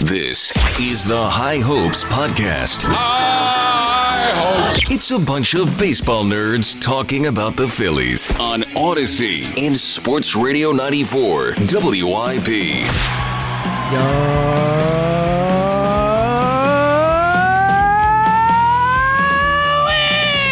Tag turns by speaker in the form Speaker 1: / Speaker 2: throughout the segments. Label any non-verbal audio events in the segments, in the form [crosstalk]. Speaker 1: This is the High Hopes Podcast. It's a bunch of baseball nerds talking about the Phillies on Odyssey and Sports Radio 94 WIP.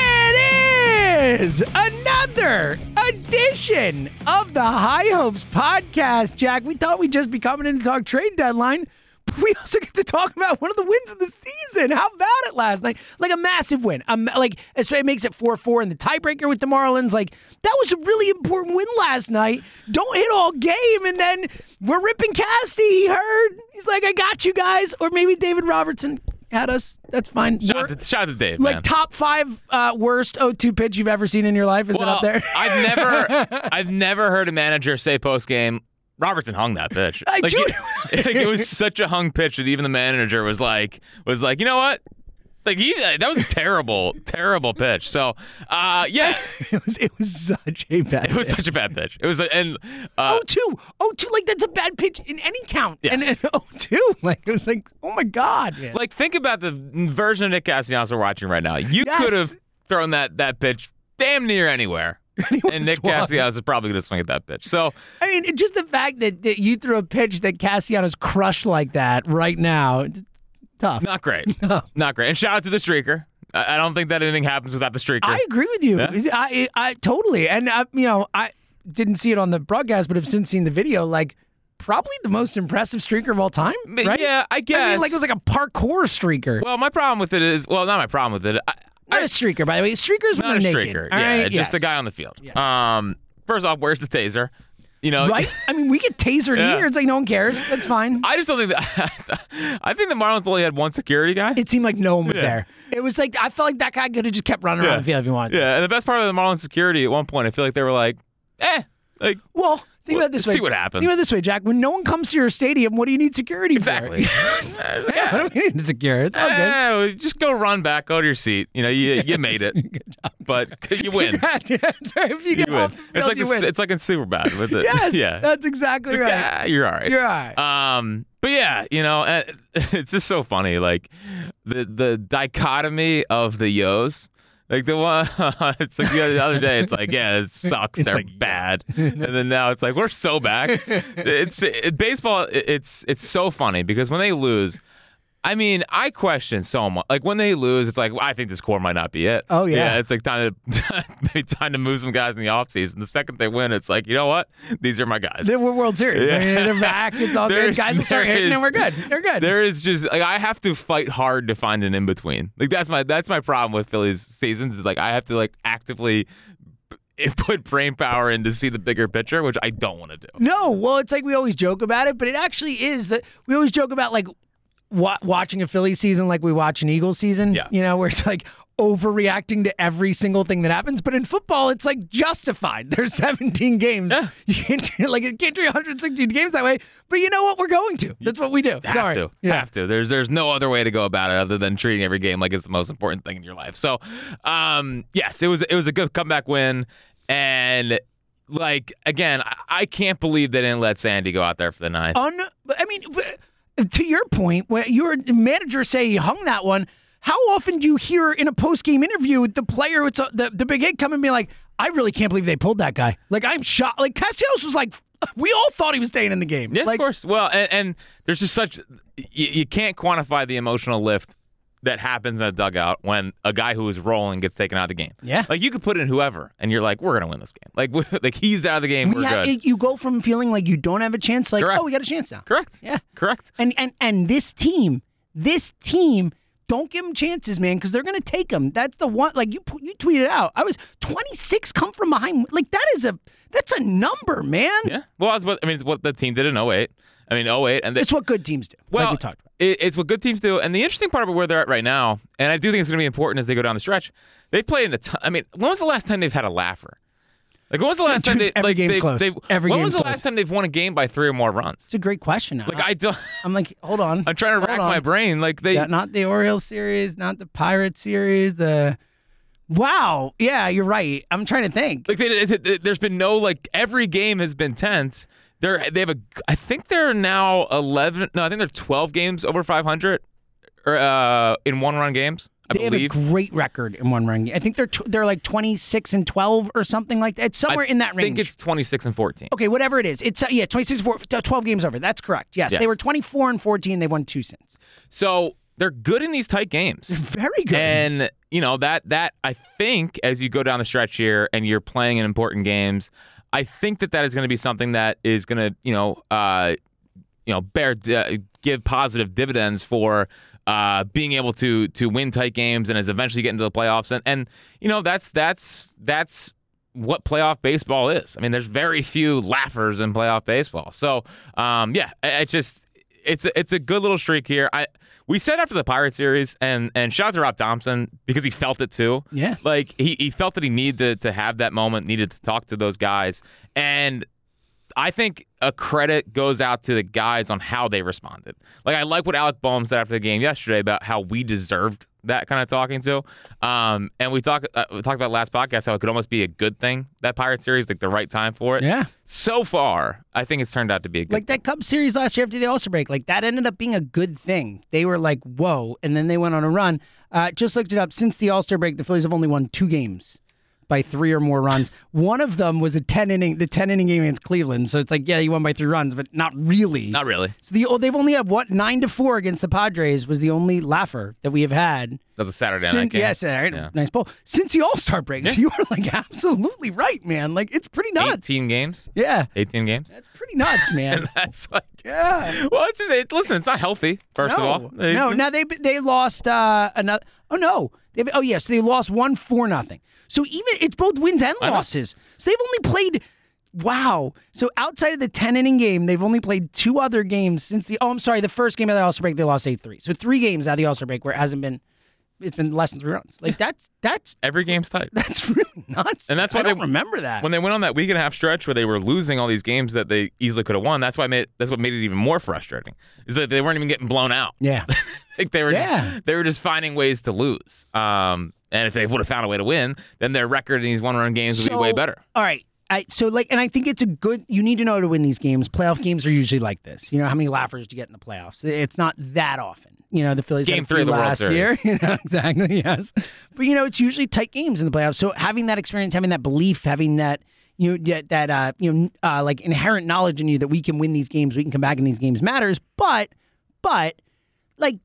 Speaker 2: it is another edition of the High Hopes podcast, Jack. We thought we'd just be coming in to talk trade deadline. but We also get to talk about one of the wins of the season. How about it last night? Like a massive win. Um, like so it makes it four four in the tiebreaker with the Marlins. Like that was a really important win last night. Don't hit all game, and then we're ripping Casty. He heard. He's like, I got you guys. Or maybe David Robertson had us. That's fine. We're-
Speaker 3: Shout out to, shout out to Dave,
Speaker 2: like
Speaker 3: man.
Speaker 2: top five uh, worst 0-2 pitch you've ever seen in your life. Is it up there?
Speaker 3: [laughs] I've never, I've never heard a manager say post game, Robertson hung that pitch.
Speaker 2: [laughs] I
Speaker 3: like,
Speaker 2: do-
Speaker 3: It, [laughs] like, it was such a hung pitch that even the manager was like, was like, you know what? Like he, uh, that was a terrible, terrible pitch. So, uh, yeah,
Speaker 2: [laughs]
Speaker 3: [laughs]
Speaker 2: it was it was such a bad.
Speaker 3: it was such a bad pitch. It was, a, and uh,
Speaker 2: 0-2, 0-2, like that's a bad pitch in any count. [laughs]
Speaker 3: Yeah.
Speaker 2: And, and 0-2, like it was like, oh my god.
Speaker 3: like think about the version of Nick Castellanos we're watching right now. You
Speaker 2: Yes.
Speaker 3: could have thrown that that pitch damn
Speaker 2: [laughs]
Speaker 3: near anywhere, and Nick
Speaker 2: swung.
Speaker 3: Castellanos is probably going to swing at that pitch. So,
Speaker 2: I mean, it- just the fact that, that you threw a pitch that Cassiano's crushed like that right now, it's tough. [laughs]
Speaker 3: Not great. Not great. And shout out to the streaker. I I don't think that anything happens without the streaker.
Speaker 2: I agree with you.
Speaker 3: Yeah.
Speaker 2: I, I I- totally. And I, you know, I didn't see it on the broadcast, but have since seen the video. Like, probably the most impressive streaker of all time.
Speaker 3: M-
Speaker 2: Right?
Speaker 3: Yeah, I guess.
Speaker 2: I mean, like it was like a parkour streaker.
Speaker 3: well, my problem with it is, well, not my problem with it. I,
Speaker 2: not a streaker, by the way. Streakers
Speaker 3: not
Speaker 2: were
Speaker 3: a
Speaker 2: naked.
Speaker 3: streaker.
Speaker 2: all
Speaker 3: yeah,
Speaker 2: right?
Speaker 3: just
Speaker 2: Yes.
Speaker 3: the guy on the field. Um, first off, where's the taser? You know,
Speaker 2: Right? I mean, we get tasered
Speaker 3: [laughs] Yeah.
Speaker 2: here. It's like no one cares. That's fine.
Speaker 3: [laughs] I just don't think that. [laughs] I think the Marlins only had one security guy.
Speaker 2: it seemed like no one was
Speaker 3: Yeah.
Speaker 2: there. It was like I felt like that guy could have just kept running
Speaker 3: Yeah.
Speaker 2: around the field if he wanted. to.
Speaker 3: yeah, and the best part of the Marlins security at one point, I feel like they were like, eh, like
Speaker 2: Well, think
Speaker 3: Well,
Speaker 2: about it this way.
Speaker 3: see what happens.
Speaker 2: Think about it this way, Jack. When no one comes to your stadium, what do you need security
Speaker 3: exactly.
Speaker 2: for?
Speaker 3: Yeah.
Speaker 2: [laughs] What do we need secure? It's all good.
Speaker 3: [laughs] Eh, well, just go run back, go to your seat. You know, you you
Speaker 2: [laughs]
Speaker 3: made it, but you win.
Speaker 2: Congrats. [laughs] Yeah, that's right. If you get
Speaker 3: You win.
Speaker 2: off the field,
Speaker 3: It's like
Speaker 2: you
Speaker 3: the-
Speaker 2: win.
Speaker 3: it's like in Superbad with
Speaker 2: [laughs]
Speaker 3: it.
Speaker 2: yes,
Speaker 3: [laughs] yeah.
Speaker 2: that's exactly
Speaker 3: Like,
Speaker 2: right.
Speaker 3: ah, you're all right.
Speaker 2: You're all
Speaker 3: [laughs]
Speaker 2: right.
Speaker 3: Um, but yeah, you know, uh, [laughs] it's just so funny, like the the dichotomy of the yos. Like the one, [laughs] it's like the other- the other day. It's like,
Speaker 2: [laughs]
Speaker 3: yeah, it sucks. They're bad, and then now it's like we're so back. It's it, baseball. it- It's it's so funny because when they lose, I mean, I question so much. Like when they lose, it's like well, I think this core might not be it.
Speaker 2: Oh, yeah.
Speaker 3: yeah. It's like time to [laughs] maybe time to move some guys in the offseason. The second they win, it's like you know what? These are my guys.
Speaker 2: They were World Series. I
Speaker 3: Yeah.
Speaker 2: mean, they're back. It's all
Speaker 3: There's-
Speaker 2: good. Guys will start
Speaker 3: there
Speaker 2: hitting, and
Speaker 3: is-
Speaker 2: we're good. They're good.
Speaker 3: There is just like I have to fight hard to find an in between. Like that's my that's my problem with Phillies seasons is like I have to like actively p- [laughs] put brain power in to see the bigger picture, which I don't want to do.
Speaker 2: No, well, it's like we always joke about it, but it actually is that we always joke about like wa- watching a Philly season like we watch an Eagles season.
Speaker 3: Yeah.
Speaker 2: you know, where it's like overreacting to every single thing that happens. But in football, it's like justified. [laughs] There's 17 games.
Speaker 3: Yeah.
Speaker 2: You can't [laughs] treat- like you can't treat 116 games that way. But you know what? We're going to. That's what we do.
Speaker 3: Have
Speaker 2: Sorry.
Speaker 3: to.
Speaker 2: Yeah.
Speaker 3: Have to. There's there's no other way to go about it other than treating every game like it's the most important thing in your life. So um yes, it was it was a good comeback win and like again, I, I can't believe they didn't let Sandy go out there for the ninth.
Speaker 2: Un- I mean, v- to your point, when your manager say he hung that one, how often do you hear in a post game interview the player, it's a, the the big hit, come and be like, "I really can't believe they pulled that guy." Like I'm shocked. Like Castellanos was like, we all thought he was staying in the game.
Speaker 3: Yeah,
Speaker 2: like,
Speaker 3: of course. Well, and, and there's just such you, you can't quantify the emotional lift that happens in a dugout when a guy who is rolling gets taken out of the game.
Speaker 2: Yeah.
Speaker 3: like you could put in whoever, and you're like, we're gonna win this game. Like, [laughs] we- like he's out of the game.
Speaker 2: We
Speaker 3: We're
Speaker 2: ha-
Speaker 3: good.
Speaker 2: you go from feeling like you don't have a chance, like,
Speaker 3: Correct.
Speaker 2: oh, we got a chance now.
Speaker 3: Correct.
Speaker 2: Yeah.
Speaker 3: Correct.
Speaker 2: And and and this team, this team, don't give them chances, man, because they're gonna take them. That's the one. Like you, pu- you tweeted out. I was 26, come from behind. Like that is a that's a number, man.
Speaker 3: Yeah. Well, that's what I mean. It's what the team did in 08. I mean, 08, and they,
Speaker 2: It's what good teams do.
Speaker 3: well,
Speaker 2: like we talked about.
Speaker 3: It, it's what good teams do. And the interesting part about where they're at right now, and I do think it's going to be important as they go down the stretch. They play in the. T- I mean, when was the last time they've had a laugher? Like when was the last time they
Speaker 2: Every
Speaker 3: like
Speaker 2: game's
Speaker 3: they,
Speaker 2: close.
Speaker 3: they-
Speaker 2: Every
Speaker 3: when
Speaker 2: game's
Speaker 3: was the
Speaker 2: close.
Speaker 3: last time they've won a game by three or more runs?
Speaker 2: It's a great question. Now.
Speaker 3: Like I don't.
Speaker 2: I'm like, hold on.
Speaker 3: I'm trying to
Speaker 2: hold
Speaker 3: rack
Speaker 2: on.
Speaker 3: my brain. Like they.
Speaker 2: Yeah, not the Orioles series, not the Pirate series. The wow, yeah, you're right. I'm trying to think.
Speaker 3: Like they, they- they- there's been no like every game has been tense. They're they have a I think they're now 11 no I think they're 12 games over 500 or uh in one run games. I
Speaker 2: they
Speaker 3: believe.
Speaker 2: have a great record in one run. game. I think they're tw- they're like 26 and 12 or something like that. It's somewhere in that
Speaker 3: I
Speaker 2: range.
Speaker 3: think it's 26 and 14.
Speaker 2: okay, whatever it is. It's uh, yeah, 26 four, uh, 12 games over. That's correct. Yes, they
Speaker 3: Yes.
Speaker 2: were 24 and 14. They won two since.
Speaker 3: So they're good in these tight games.
Speaker 2: Very [laughs] good.
Speaker 3: And you know that that I think as you go down the stretch here and you're playing in important games, I think that that is going to be something that is going to you know uh, you know bear d- give positive dividends for uh, being able to to win tight games and is eventually get into the playoffs and and you know that's that's that's what playoff baseball is. I mean, there's very few laughers in playoff baseball. So um, yeah, I- it's just it's a, it's a good little streak here. I we said after the Pirate series, and and shout out to Rob Thompson because he felt it too.
Speaker 2: Yeah.
Speaker 3: [laughs] like he, he felt that he needed to, to have that moment, needed to talk to those guys, and I think a credit goes out to the guys on how they responded. Like I like what Alec Bohm said after the game yesterday about how we deserved that kind of talking to. Um, and we talked uh, we talked about last podcast how it could almost be a good thing that Pirate series, like the right time for it.
Speaker 2: yeah.
Speaker 3: So far, I think it's turned out to be a good.
Speaker 2: Like that Cubs series last year after the All-Star break, like that ended up being a good thing. They were like, "Whoa," and then they went on a run. Uh, just looked it up. Since the All-Star break, the Phillies have only won two games by three or more runs. One of them was a ten inning, the ten inning game against Cleveland. So it's like, yeah, you won by three runs, but not really.
Speaker 3: Not really.
Speaker 2: so the oh, they've only had what nine to four against the Padres was the only laugher that we have had.
Speaker 3: That was a Saturday night
Speaker 2: Since,
Speaker 3: game.
Speaker 2: yes, uh, all right,
Speaker 3: Yeah.
Speaker 2: nice poll. Since the All Star break, so you are like [laughs] absolutely right, man. Like it's pretty nuts.
Speaker 3: 18 games.
Speaker 2: Yeah,
Speaker 3: 18 games. [laughs]
Speaker 2: that's pretty nuts, man.
Speaker 3: And that's like,
Speaker 2: yeah.
Speaker 3: well, it's just, it, listen, it's not healthy, first
Speaker 2: no.
Speaker 3: of all.
Speaker 2: no. Now they they lost uh, another. Oh no. They've, oh yes, they lost one four nothing. So even it's both wins and
Speaker 3: know.
Speaker 2: losses. So they've only played. Wow. So outside of the ten inning game, they've only played two other games since the. Oh, I'm sorry. The first game of the All Star break, they lost eight three. So three games out of the All Star break where it hasn't been. It's been less than three runs. Like that's that's
Speaker 3: Every game's tight.
Speaker 2: that's really [laughs] nuts.
Speaker 3: And that's
Speaker 2: I
Speaker 3: why they-
Speaker 2: don't remember that.
Speaker 3: when they went on that week and a half stretch where they were losing all these games that they easily could have won, that's why I made that's what made it even more frustrating. Is that they weren't even getting blown out. [laughs]
Speaker 2: yeah.
Speaker 3: Like they were
Speaker 2: Yeah.
Speaker 3: just they were just finding ways to lose. Um and if they would have found a way to win, then their record in these one run games would be way
Speaker 2: So-
Speaker 3: better.
Speaker 2: All right. I, so like, and I think it's a good. You need to know how to win these games. Playoff games are usually like this. You know how many laughers do you get in the playoffs? It's not that often. You know the Phillies had
Speaker 3: Game
Speaker 2: a
Speaker 3: three
Speaker 2: few
Speaker 3: of the World
Speaker 2: last
Speaker 3: Series.
Speaker 2: year. [laughs] You know, exactly. [laughs] Yes, but you know it's usually tight games in the playoffs. So having that experience, having that belief, having that you know that, that uh, you know uh, like inherent knowledge in you that we can win these games, we can come back in these games matters. But but like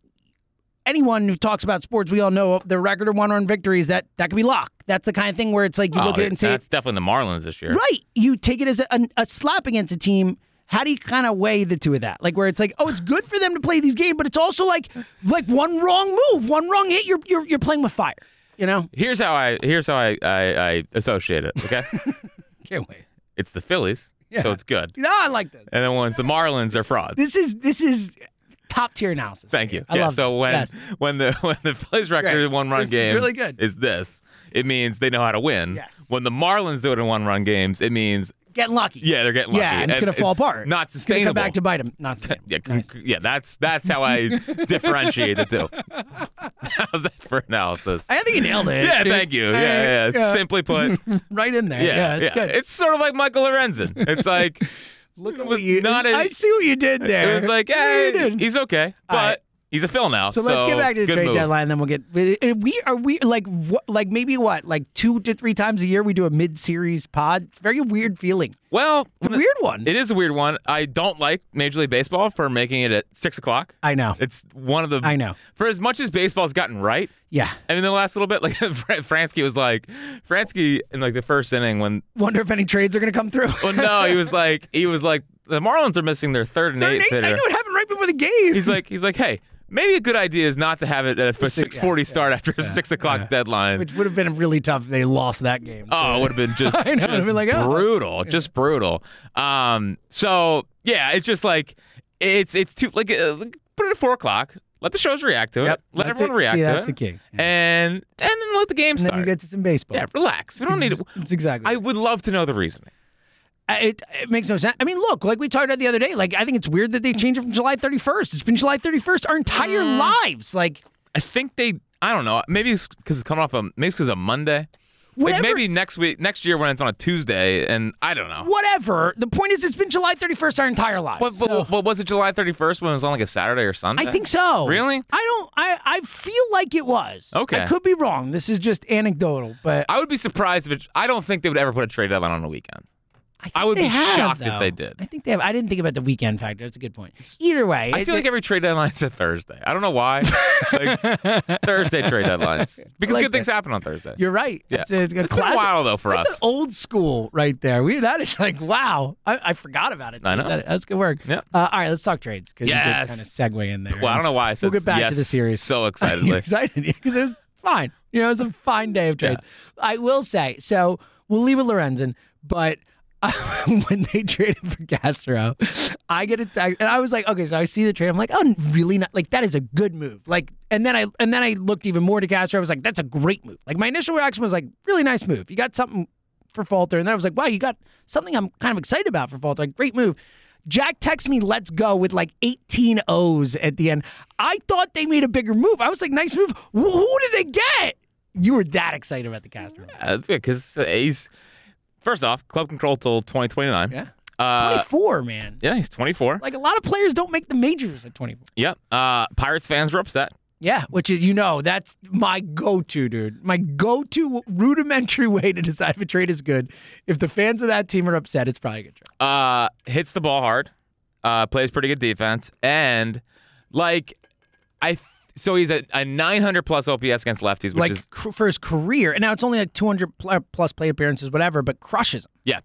Speaker 2: anyone who talks about sports, we all know their record of one run victories that that could be luck. That's the kind of thing where it's like you
Speaker 3: Oh,
Speaker 2: look at it and say
Speaker 3: that's definitely the Marlins this year.
Speaker 2: Right. You take it as a, an- a slap against a team. How do you kind of weigh the two of that? Like where it's like, oh, it's good for them to play these games, but it's also like, like one wrong move, one wrong hit, you're you're, you're playing with fire. You
Speaker 3: [laughs]
Speaker 2: know.
Speaker 3: Here's how I here's how I, I, I associate it. Okay.
Speaker 2: [laughs] Can't wait.
Speaker 3: it's the Phillies, so
Speaker 2: Yeah.
Speaker 3: it's good.
Speaker 2: No, I like this.
Speaker 3: And then once the Marlins, they're frauds.
Speaker 2: This is this is top tier analysis.
Speaker 3: Thank you.
Speaker 2: I
Speaker 3: yeah.
Speaker 2: love
Speaker 3: so
Speaker 2: this.
Speaker 3: when
Speaker 2: Yes.
Speaker 3: when the [laughs] when the Phillies record
Speaker 2: Great.
Speaker 3: in one run
Speaker 2: This is
Speaker 3: games
Speaker 2: really good.
Speaker 3: is this, it means they know how to win.
Speaker 2: Yes.
Speaker 3: When the Marlins do it in one run games, it means
Speaker 2: getting lucky.
Speaker 3: Yeah, they're getting lucky.
Speaker 2: Yeah, and it's gonna fall apart.
Speaker 3: Not
Speaker 2: It's gonna
Speaker 3: sustainable.
Speaker 2: come back to bite them.
Speaker 3: [laughs]
Speaker 2: Not sustainable.
Speaker 3: yeah, con-
Speaker 2: Nice.
Speaker 3: yeah, that's that's how I
Speaker 2: [laughs]
Speaker 3: differentiate the two. [laughs] How's that for analysis?
Speaker 2: I think you nailed it.
Speaker 3: [laughs] yeah,
Speaker 2: dude.
Speaker 3: thank you.
Speaker 2: I-
Speaker 3: Yeah, yeah.
Speaker 2: [laughs] yeah.
Speaker 3: Simply put, yeah,
Speaker 2: Right in there. Yeah, it's good.
Speaker 3: It's sort of like Michael Lorenzen. It's like
Speaker 2: [laughs] Look at
Speaker 3: was
Speaker 2: what you.
Speaker 3: not a-
Speaker 2: I see what you did there.
Speaker 3: it was like,
Speaker 2: Look what
Speaker 3: hey,
Speaker 2: you did.
Speaker 3: he's okay, but
Speaker 2: All right.
Speaker 3: he's a Phil now.
Speaker 2: So, let's get back to the
Speaker 3: good
Speaker 2: trade
Speaker 3: move.
Speaker 2: deadline. Then we'll get. We are we like what, like maybe what like two to three times a year we do a mid series pod. It's a very weird feeling.
Speaker 3: Well,
Speaker 2: It's a weird one.
Speaker 3: It is a weird one. I don't like Major League Baseball for making it at six o'clock.
Speaker 2: I know.
Speaker 3: It's one of the.
Speaker 2: I know.
Speaker 3: For as much as baseball's gotten right,
Speaker 2: Yeah.
Speaker 3: I mean, the last little bit, like [laughs] Fran- Fransky was like, Fransky in like the first inning when,
Speaker 2: Wonder if any trades are gonna come through.
Speaker 3: well, no, he was like, he was like, the Marlins are missing their third and
Speaker 2: Third
Speaker 3: eighth
Speaker 2: and eighth, [laughs] I
Speaker 3: hitter.
Speaker 2: know it happened right before the game.
Speaker 3: He's like, he's like, hey, maybe a good idea is not to have it at a six forty start after a six o'clock deadline.
Speaker 2: which would have been really tough if they lost that game.
Speaker 3: Oh, it would have been just,
Speaker 2: [laughs] I know, it'd
Speaker 3: just
Speaker 2: be like, oh.
Speaker 3: brutal, just brutal. Um, so yeah, it's just like it's it's too like uh, like, put it at four o'clock. Let the shows react to it.
Speaker 2: Yep.
Speaker 3: Let,
Speaker 2: Let
Speaker 3: everyone
Speaker 2: the-
Speaker 3: react
Speaker 2: see,
Speaker 3: to
Speaker 2: that's
Speaker 3: it.
Speaker 2: the key. Yeah.
Speaker 3: And and then let the game
Speaker 2: and then you
Speaker 3: start.
Speaker 2: get to some baseball.
Speaker 3: yeah, relax. We don't need. it.
Speaker 2: It's exactly.
Speaker 3: I would love to know the reasoning.
Speaker 2: I- it, it makes no sense. I mean, look, like we talked about the other day, like I think it's weird that they changed it from July 31st. It's been July 31st our entire
Speaker 3: Mm.
Speaker 2: lives. Like
Speaker 3: I think they. I don't know. Maybe it's because it's coming off a maybe it's because a Monday.
Speaker 2: whatever,
Speaker 3: Like maybe next week, next year when it's on a Tuesday, and I don't know.
Speaker 2: whatever. The point is, it's been July 31st our entire lives.
Speaker 3: What,
Speaker 2: So,
Speaker 3: what, was it July 31st when it was on like a Saturday or Sunday?
Speaker 2: I think so.
Speaker 3: Really?
Speaker 2: I don't. I I feel like it was.
Speaker 3: Okay.
Speaker 2: I could be wrong. This is just anecdotal, but
Speaker 3: I would be surprised if it, I don't think they would ever put a trade deadline on a weekend.
Speaker 2: I, think
Speaker 3: I would
Speaker 2: they
Speaker 3: be
Speaker 2: have,
Speaker 3: shocked if
Speaker 2: though.
Speaker 3: they did.
Speaker 2: I think they have. I didn't think about the weekend factor. That's a good point. Either way,
Speaker 3: I
Speaker 2: it-
Speaker 3: feel like every trade deadline is a Thursday. I don't know why.
Speaker 2: [laughs]
Speaker 3: like, Thursday trade deadlines because
Speaker 2: like
Speaker 3: good things
Speaker 2: that.
Speaker 3: happen on Thursday.
Speaker 2: You're right.
Speaker 3: Yeah.
Speaker 2: It's a, it's a
Speaker 3: It's been a
Speaker 2: classic-
Speaker 3: while, though, for
Speaker 2: that's
Speaker 3: us.
Speaker 2: an old school right there. We that is like wow. I, I forgot about it.
Speaker 3: I know.
Speaker 2: That, that's good work.
Speaker 3: Yeah.
Speaker 2: Uh, all right, let's talk trades because
Speaker 3: Yes.
Speaker 2: you did kind of segue in there.
Speaker 3: well, I don't know why I said
Speaker 2: We'll get back
Speaker 3: yes
Speaker 2: to the series. [laughs]
Speaker 3: so
Speaker 2: You're
Speaker 3: excitedly.
Speaker 2: excited because it was fine. You know, it was a fine day of trades. I will say so. We'll leave with Lorenzen, but. [laughs] uh, when they traded for Castro, I get a text, and I was like, okay, so I see the trade. I'm like, oh, really not like that is a good move. Like, and then I and then I looked even more to Castro. I was like, that's a great move. Like my initial reaction was like, really nice move. You got something for Falter, and then I was like, wow, you got something I'm kind of excited about for Falter. Like, great move. Jack texts me, let's go with like 18 O's at the end. I thought they made a bigger move. I was like, nice move. Wh- Who did they get? You were that excited about the Castro.
Speaker 3: Uh, Because he's first off club control till 2029.
Speaker 2: Yeah.
Speaker 3: Uh,
Speaker 2: 24, man.
Speaker 3: yeah, he's 24.
Speaker 2: Like a lot of players don't make the majors at 24.
Speaker 3: yep. Uh, Pirates fans were upset.
Speaker 2: Yeah, which is you know that's my go-to, dude. My go-to rudimentary [laughs] way to decide if a trade is good. If the fans of that team are upset, it's probably a good trade.
Speaker 3: uh, hits the ball hard, uh, plays pretty good defense, and like I, th- so he's a, a 900 plus OPS against lefties, which
Speaker 2: Like
Speaker 3: is
Speaker 2: cr- for his career, and now it's only like 200 pl- uh, plus play appearances, whatever, but crushes him.
Speaker 3: yeah.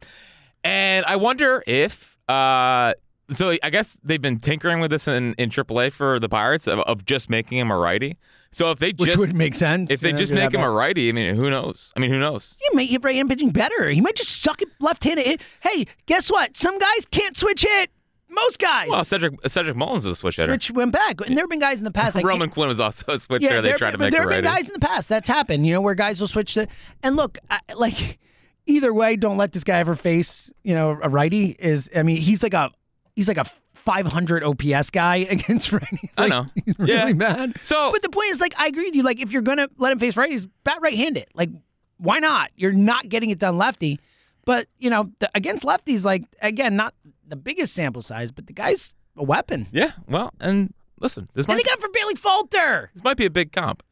Speaker 3: And I wonder if uh, so I guess they've been tinkering with this in in AAA for the Pirates of, of just making him a righty. So if they
Speaker 2: which
Speaker 3: just
Speaker 2: would make sense
Speaker 3: if they
Speaker 2: you know,
Speaker 3: just
Speaker 2: if you
Speaker 3: make him
Speaker 2: have
Speaker 3: a
Speaker 2: that.
Speaker 3: righty, I mean, who knows? I mean, who knows?
Speaker 2: He might hit right-hand pitching better. He might just suck it left-handed. It- Hey, guess what? Some guys can't switch hit. Most guys
Speaker 3: Well, Cedric Cedric Mullins is a switch hitter.
Speaker 2: switch went back, and there have been guys in the past. that can't-
Speaker 3: Roman Quinn was also a switch hitter. They
Speaker 2: there-
Speaker 3: tried to
Speaker 2: but
Speaker 3: make
Speaker 2: there
Speaker 3: a
Speaker 2: have
Speaker 3: righty.
Speaker 2: been guys in the past that's happened. You know where guys will switch to and look I, like either way. Don't let this guy ever face you know a righty. Is I mean he's like a he's like a 500 OPS guy [laughs] against righties.
Speaker 3: I
Speaker 2: Like,
Speaker 3: know.
Speaker 2: he's really
Speaker 3: Yeah.
Speaker 2: bad.
Speaker 3: So-
Speaker 2: but the point is like I agree with you. Like if you're gonna let him face righties, bat right-handed. Like why not? You're not getting it done lefty. But you know the, against lefties, like again, not the biggest sample size, but the guy's a weapon.
Speaker 3: yeah. Well, and listen, this
Speaker 2: And
Speaker 3: might
Speaker 2: they got him for Bailey Falter.
Speaker 3: this might be a big comp,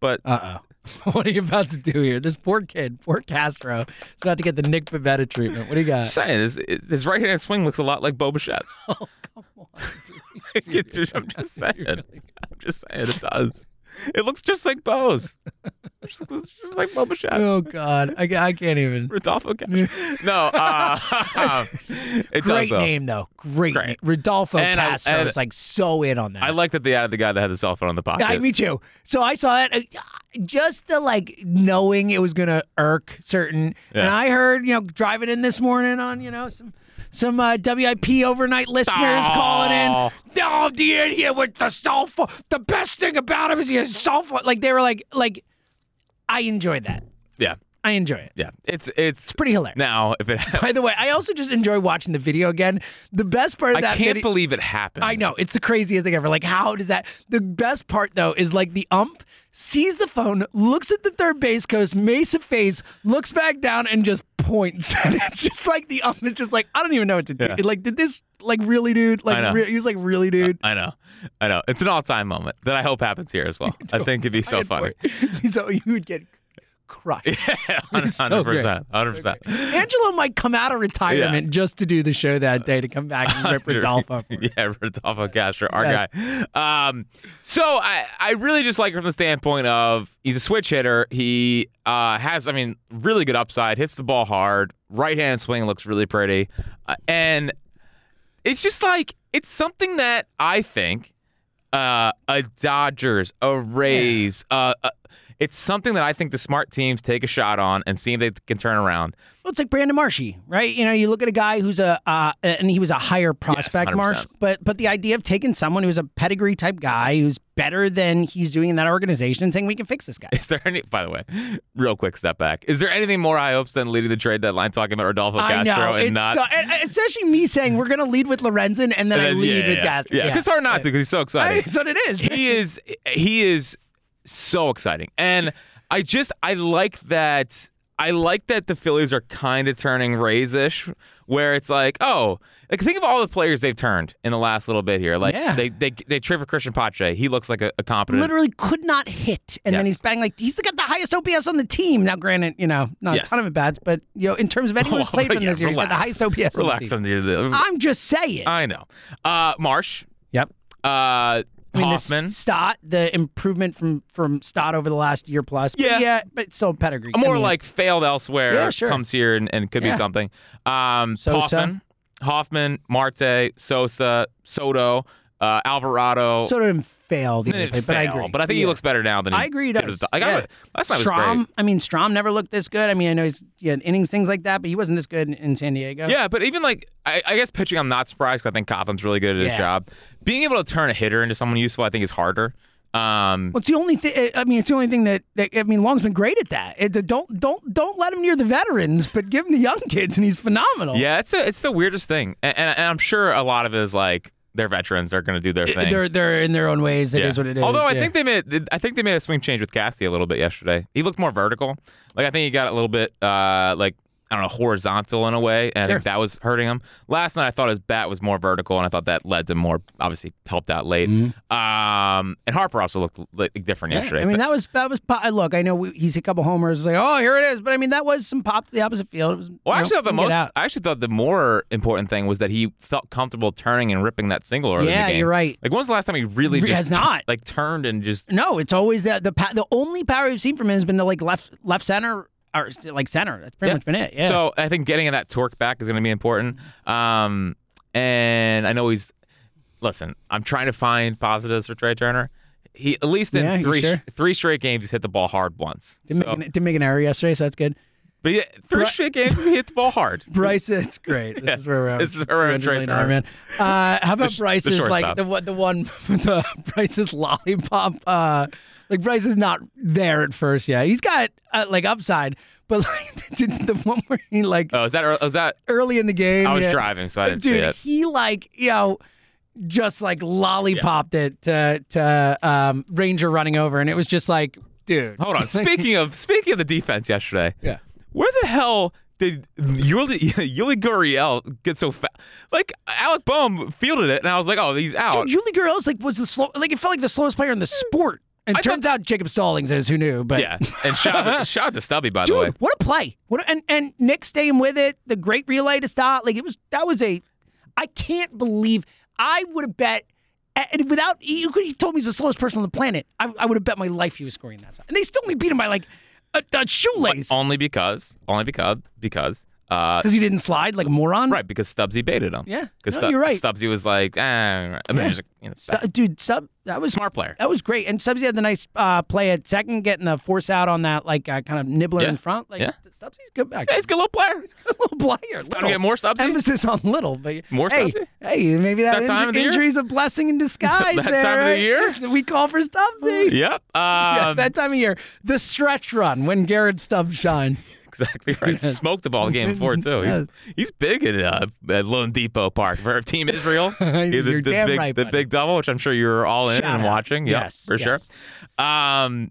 Speaker 3: but
Speaker 2: Uh oh. [laughs] What are you about to do here? This poor kid, poor Castro, is about to get the Nick Pavetta treatment. What do you [laughs]
Speaker 3: just
Speaker 2: got?
Speaker 3: saying his, his right hand swing looks a lot like
Speaker 2: [laughs]
Speaker 3: Bo Bichette's.
Speaker 2: Oh,
Speaker 3: Get you- I'm just saying. [laughs] I'm just saying it does. It looks just like Bo's. It just looks just like Bo Bichette.
Speaker 2: [laughs] Oh God, I, ca- I can't even.
Speaker 3: Rodolfo. Ca- No,
Speaker 2: [laughs]
Speaker 3: uh, [laughs] it does.
Speaker 2: Great
Speaker 3: though.
Speaker 2: name though. Great,
Speaker 3: Great.
Speaker 2: name. Rodolfo
Speaker 3: And I-
Speaker 2: Castro
Speaker 3: and-
Speaker 2: is like so in on that.
Speaker 3: I like that they added the guy that had the cell phone on the pocket.
Speaker 2: Yeah, me too. So I saw that. uh, Just the like knowing it was gonna irk certain, and
Speaker 3: Yeah.
Speaker 2: I heard you know driving in this morning on you know some some uh, WIP overnight listeners
Speaker 3: Aw.
Speaker 2: calling in. Oh, the idiot with the cell phone. The best thing about him is he has cell phone. Like they were like like, I enjoyed that.
Speaker 3: yeah.
Speaker 2: I enjoy it.
Speaker 3: Yeah, it's it's
Speaker 2: It's pretty hilarious.
Speaker 3: now if it.
Speaker 2: By the way, I also just enjoy watching the video again. The best part of
Speaker 3: [laughs] I
Speaker 2: that
Speaker 3: can't
Speaker 2: video-
Speaker 3: believe it happened.
Speaker 2: I know it's the craziest thing ever. Like, how does that? The best part though is like the ump sees the phone, looks at the third base coach, makes a face, looks back down, and just points. [laughs] And it's just like the ump is just like, I don't even know what to do.
Speaker 3: Yeah.
Speaker 2: Like, did this? Like, really, dude?
Speaker 3: I know. Uh,
Speaker 2: Like, re- he was like, really, dude.
Speaker 3: I know, I know. It's an all-time moment that I hope happens here as
Speaker 2: [laughs]
Speaker 3: well. I think it'd be so
Speaker 2: I'd
Speaker 3: funny.
Speaker 2: point. [laughs] so you would get
Speaker 3: [laughs]
Speaker 2: crushed. [laughs]
Speaker 3: Hundred
Speaker 2: It's so great.
Speaker 3: percent, hundred percent.
Speaker 2: Angelo might come out of retirement just to do the show that day to come back and rip
Speaker 3: [laughs]
Speaker 2: Rodolfo. for it.
Speaker 3: yeah, Rodolfo Castro, our
Speaker 2: Yes.
Speaker 3: guy. Um, so I, I really just like it from the standpoint of he's a switch hitter. He uh, has, I mean, really good upside. Hits the ball hard. Right hand swing looks really pretty, uh, and it's just like it's something that I think uh, a Dodgers, a Rays, uh, uh, it's something that I think the smart teams take a shot on and see if they can turn around.
Speaker 2: Well, it's like Brandon Marshy, right? You know, you look at a guy who's a uh, and he was a higher prospect, Marsh,
Speaker 3: 100%.
Speaker 2: but but the idea of taking someone who's a pedigree type guy who's better than he's doing in that organization and saying we can fix this guy.
Speaker 3: Is there any, by the way, real quick step back? Is there anything more high hopes than leading the trade deadline talking about Rodolfo
Speaker 2: I
Speaker 3: Castro
Speaker 2: know
Speaker 3: and
Speaker 2: it's
Speaker 3: not?
Speaker 2: so, and, and especially me saying we're gonna lead with Lorenzen and then I
Speaker 3: and-
Speaker 2: lead
Speaker 3: yeah,
Speaker 2: with
Speaker 3: yeah,
Speaker 2: Castro. [laughs]
Speaker 3: Yeah, because hard not to, because he's
Speaker 2: I
Speaker 3: so
Speaker 2: mean,
Speaker 3: exciting.
Speaker 2: it's what it is.
Speaker 3: he is, he is so exciting, and I just, I like that. I like that the Phillies are kind of turning Rays-ish, where it's like, oh, like think of all the players they've turned in the last little bit here. Like
Speaker 2: Yeah.
Speaker 3: they, they, they trade for Christian Pache. He looks like a, a
Speaker 2: [laughs]
Speaker 3: competent.
Speaker 2: Literally could not hit, and
Speaker 3: Yes.
Speaker 2: then he's batting like he's got the highest OPS on the team. Now, granted, you know not
Speaker 3: Yes.
Speaker 2: a ton of at bats, but you know in terms of
Speaker 3: [laughs]
Speaker 2: anyone who's
Speaker 3: Well,
Speaker 2: played with him
Speaker 3: yeah,
Speaker 2: this year, he's
Speaker 3: relax.
Speaker 2: got the highest OPS
Speaker 3: Relax
Speaker 2: on the team.
Speaker 3: on the. the
Speaker 2: I'm just saying.
Speaker 3: I know. Uh, Marsh.
Speaker 2: yep.
Speaker 3: Uh,
Speaker 2: I mean,
Speaker 3: Hoffman.
Speaker 2: the Stott, the improvement from from Stott over the last year plus.
Speaker 3: Yeah.
Speaker 2: but yeah, but still pedigree.
Speaker 3: a more
Speaker 2: I mean,
Speaker 3: like failed elsewhere
Speaker 2: Yeah, sure.
Speaker 3: comes here and, and could be
Speaker 2: Yeah.
Speaker 3: something. Um,
Speaker 2: Sosa.
Speaker 3: Hoffman, Hoffman, Marte, Sosa, Soto, uh, Alvarado.
Speaker 2: sort of fail the
Speaker 3: Then
Speaker 2: other day,
Speaker 3: it
Speaker 2: but I
Speaker 3: failed,
Speaker 2: agree.
Speaker 3: but I think he
Speaker 2: Yeah.
Speaker 3: looks better now than he
Speaker 2: I agree. He
Speaker 3: did
Speaker 2: does.
Speaker 3: with the- Like, I
Speaker 2: Yeah.
Speaker 3: was- last night was
Speaker 2: Strom.
Speaker 3: great.
Speaker 2: I mean, Strom never looked this good. I mean, I know he's he had innings things like that, but he wasn't this good in, in San Diego.
Speaker 3: Yeah, but even like I, I guess pitching, I'm not surprised 'cause I think Copham's really good at his
Speaker 2: Yeah.
Speaker 3: job. Being able to turn a hitter into someone useful, I think, is harder. Um,
Speaker 2: Well, it's the only thing. I mean, it's the only thing that, that I mean. Long's been great at that. It's a, don't don't don't let him near the veterans, but give him the young kids, and he's phenomenal.
Speaker 3: yeah, it's a, it's the weirdest thing, and, and, and I'm sure a lot of it is like they're veterans, they're going to do their thing.
Speaker 2: they're they're in their own ways. It is
Speaker 3: Yeah.
Speaker 2: what it is.
Speaker 3: Although I
Speaker 2: yeah.
Speaker 3: think they made, I think they made a swing change with Casty a little bit yesterday. He looked more vertical. Like I think he got a little bit, uh, like I don't know, horizontal in a way, and I think that was hurting him. Last night I thought his bat was more vertical, and I thought that led to more, obviously helped out late. Um, and Harper also looked like, different
Speaker 2: Mm-hmm. Yeah,
Speaker 3: yesterday.
Speaker 2: I mean,
Speaker 3: but-
Speaker 2: that was that was pop. Look, I know we, he's hit a couple homers. It's like, oh, here it is. But I mean, that was some pop to the opposite field. It was,
Speaker 3: well, I
Speaker 2: you know,
Speaker 3: actually, thought
Speaker 2: you
Speaker 3: the
Speaker 2: can
Speaker 3: most,
Speaker 2: get
Speaker 3: I
Speaker 2: out.
Speaker 3: actually thought the more important thing was that he felt comfortable turning and ripping that single early in
Speaker 2: Yeah,
Speaker 3: the game.
Speaker 2: you're right.
Speaker 3: Like, when was the last time he really
Speaker 2: Re-
Speaker 3: just
Speaker 2: has not.
Speaker 3: like turned and just
Speaker 2: No, it's always that the pa- the only power we've seen from him has been to like left left center or like center. That's pretty
Speaker 3: Yeah.
Speaker 2: much been it. Yeah.
Speaker 3: So I think getting that torque back is going to be important. Um, and I know he's. Listen, I'm trying to find positives for Trey Turner. He at least in
Speaker 2: Yeah, you
Speaker 3: three
Speaker 2: sure?
Speaker 3: three straight games he's hit the ball hard once.
Speaker 2: didn't,
Speaker 3: So-
Speaker 2: make an, didn't make an error yesterday, so that's good.
Speaker 3: but yeah, three
Speaker 2: Bri-
Speaker 3: straight games he hit the
Speaker 2: [laughs]
Speaker 3: ball hard.
Speaker 2: Bryce, it's great. This
Speaker 3: Yes,
Speaker 2: is where we're at.
Speaker 3: this is where we're at,
Speaker 2: $300 million
Speaker 3: Trey
Speaker 2: man. Uh, how about
Speaker 3: sh- the
Speaker 2: Bryce's like
Speaker 3: shortstop.
Speaker 2: the one- the one [laughs] the Bryce's lollipop? Uh, like Bryce is not there at first. Yeah, he's got uh, like upside, but [laughs] like the one where he like
Speaker 3: Oh, is that is that?
Speaker 2: early in the game.
Speaker 3: I was
Speaker 2: yeah.
Speaker 3: driving, so I didn't
Speaker 2: Dude,
Speaker 3: see it.
Speaker 2: he like you know, just like lollipopped it to to um, Ranger running over, and it was just like, dude, [laughs]
Speaker 3: Hold on. Speaking of speaking of the defense yesterday,
Speaker 2: Yeah.
Speaker 3: where the hell did Yuli, [laughs] Yuli Gurriel get so fast? Like Alec Bohm fielded it, and I was like, oh, he's out.
Speaker 2: Dude, Yuli Gurriel's like was the slow, like it felt like the slowest player in the sport. And
Speaker 3: I
Speaker 2: turns out Jacob Stallings is who knew, but
Speaker 3: yeah, and shout
Speaker 2: [laughs]
Speaker 3: out- shout out to Stubby by the way.
Speaker 2: dude, what a play! What a, and and Nick staying with it, the great relay to start. Like it was that was a, I can't believe I would have bet. And without you could he told me he's the slowest person on the planet. I, I would have bet my life he was scoring that. And they still only beat him by like a, a
Speaker 3: But
Speaker 2: shoelace.
Speaker 3: only because, only because, because Uh,
Speaker 2: Because he didn't slide like a moron.
Speaker 3: right, because Stubbsy baited him.
Speaker 2: Yeah.
Speaker 3: because
Speaker 2: No, you're right.
Speaker 3: Stubbsy was like, eh, I mean,
Speaker 2: Yeah.
Speaker 3: just, you know,
Speaker 2: Stu- dude, sub that was
Speaker 3: smart player.
Speaker 2: That was great. And Stubbsy had the nice uh, play at second, getting the force out on that like uh, kind of nibbler
Speaker 3: Yeah.
Speaker 2: in front. Like
Speaker 3: Yeah.
Speaker 2: Stubbsy's good back.
Speaker 3: Yeah, he's a good little player.
Speaker 2: good [laughs] little player.
Speaker 3: Time to get more Stubbsy.
Speaker 2: Emphasis on little, but
Speaker 3: More
Speaker 2: hey,
Speaker 3: Stubbsy?
Speaker 2: hey, maybe that,
Speaker 3: That time of the year?
Speaker 2: injury's a blessing
Speaker 3: [laughs]
Speaker 2: in disguise.
Speaker 3: That
Speaker 2: there,
Speaker 3: time of the
Speaker 2: right? [laughs]
Speaker 3: year?
Speaker 2: we call for Stubbsy. [laughs]
Speaker 3: Yep.
Speaker 2: Yes,
Speaker 3: Um,
Speaker 2: that time of year, the stretch run when Garrett Stubbs shines.
Speaker 3: [laughs] exactly right. Smoked the ball the game before
Speaker 2: [laughs]
Speaker 3: too. He's he's big at uh, at Lone Depot Park for [laughs] Team Israel. He's
Speaker 2: [laughs] You're
Speaker 3: the
Speaker 2: damn
Speaker 3: big
Speaker 2: right,
Speaker 3: the
Speaker 2: buddy.
Speaker 3: big double, which I'm sure you were all in
Speaker 2: Shout
Speaker 3: and
Speaker 2: out.
Speaker 3: watching. Yep,
Speaker 2: Yes,
Speaker 3: for
Speaker 2: yes.
Speaker 3: sure. Um,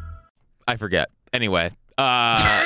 Speaker 3: I forget. Anyway,
Speaker 2: [laughs]
Speaker 3: uh, I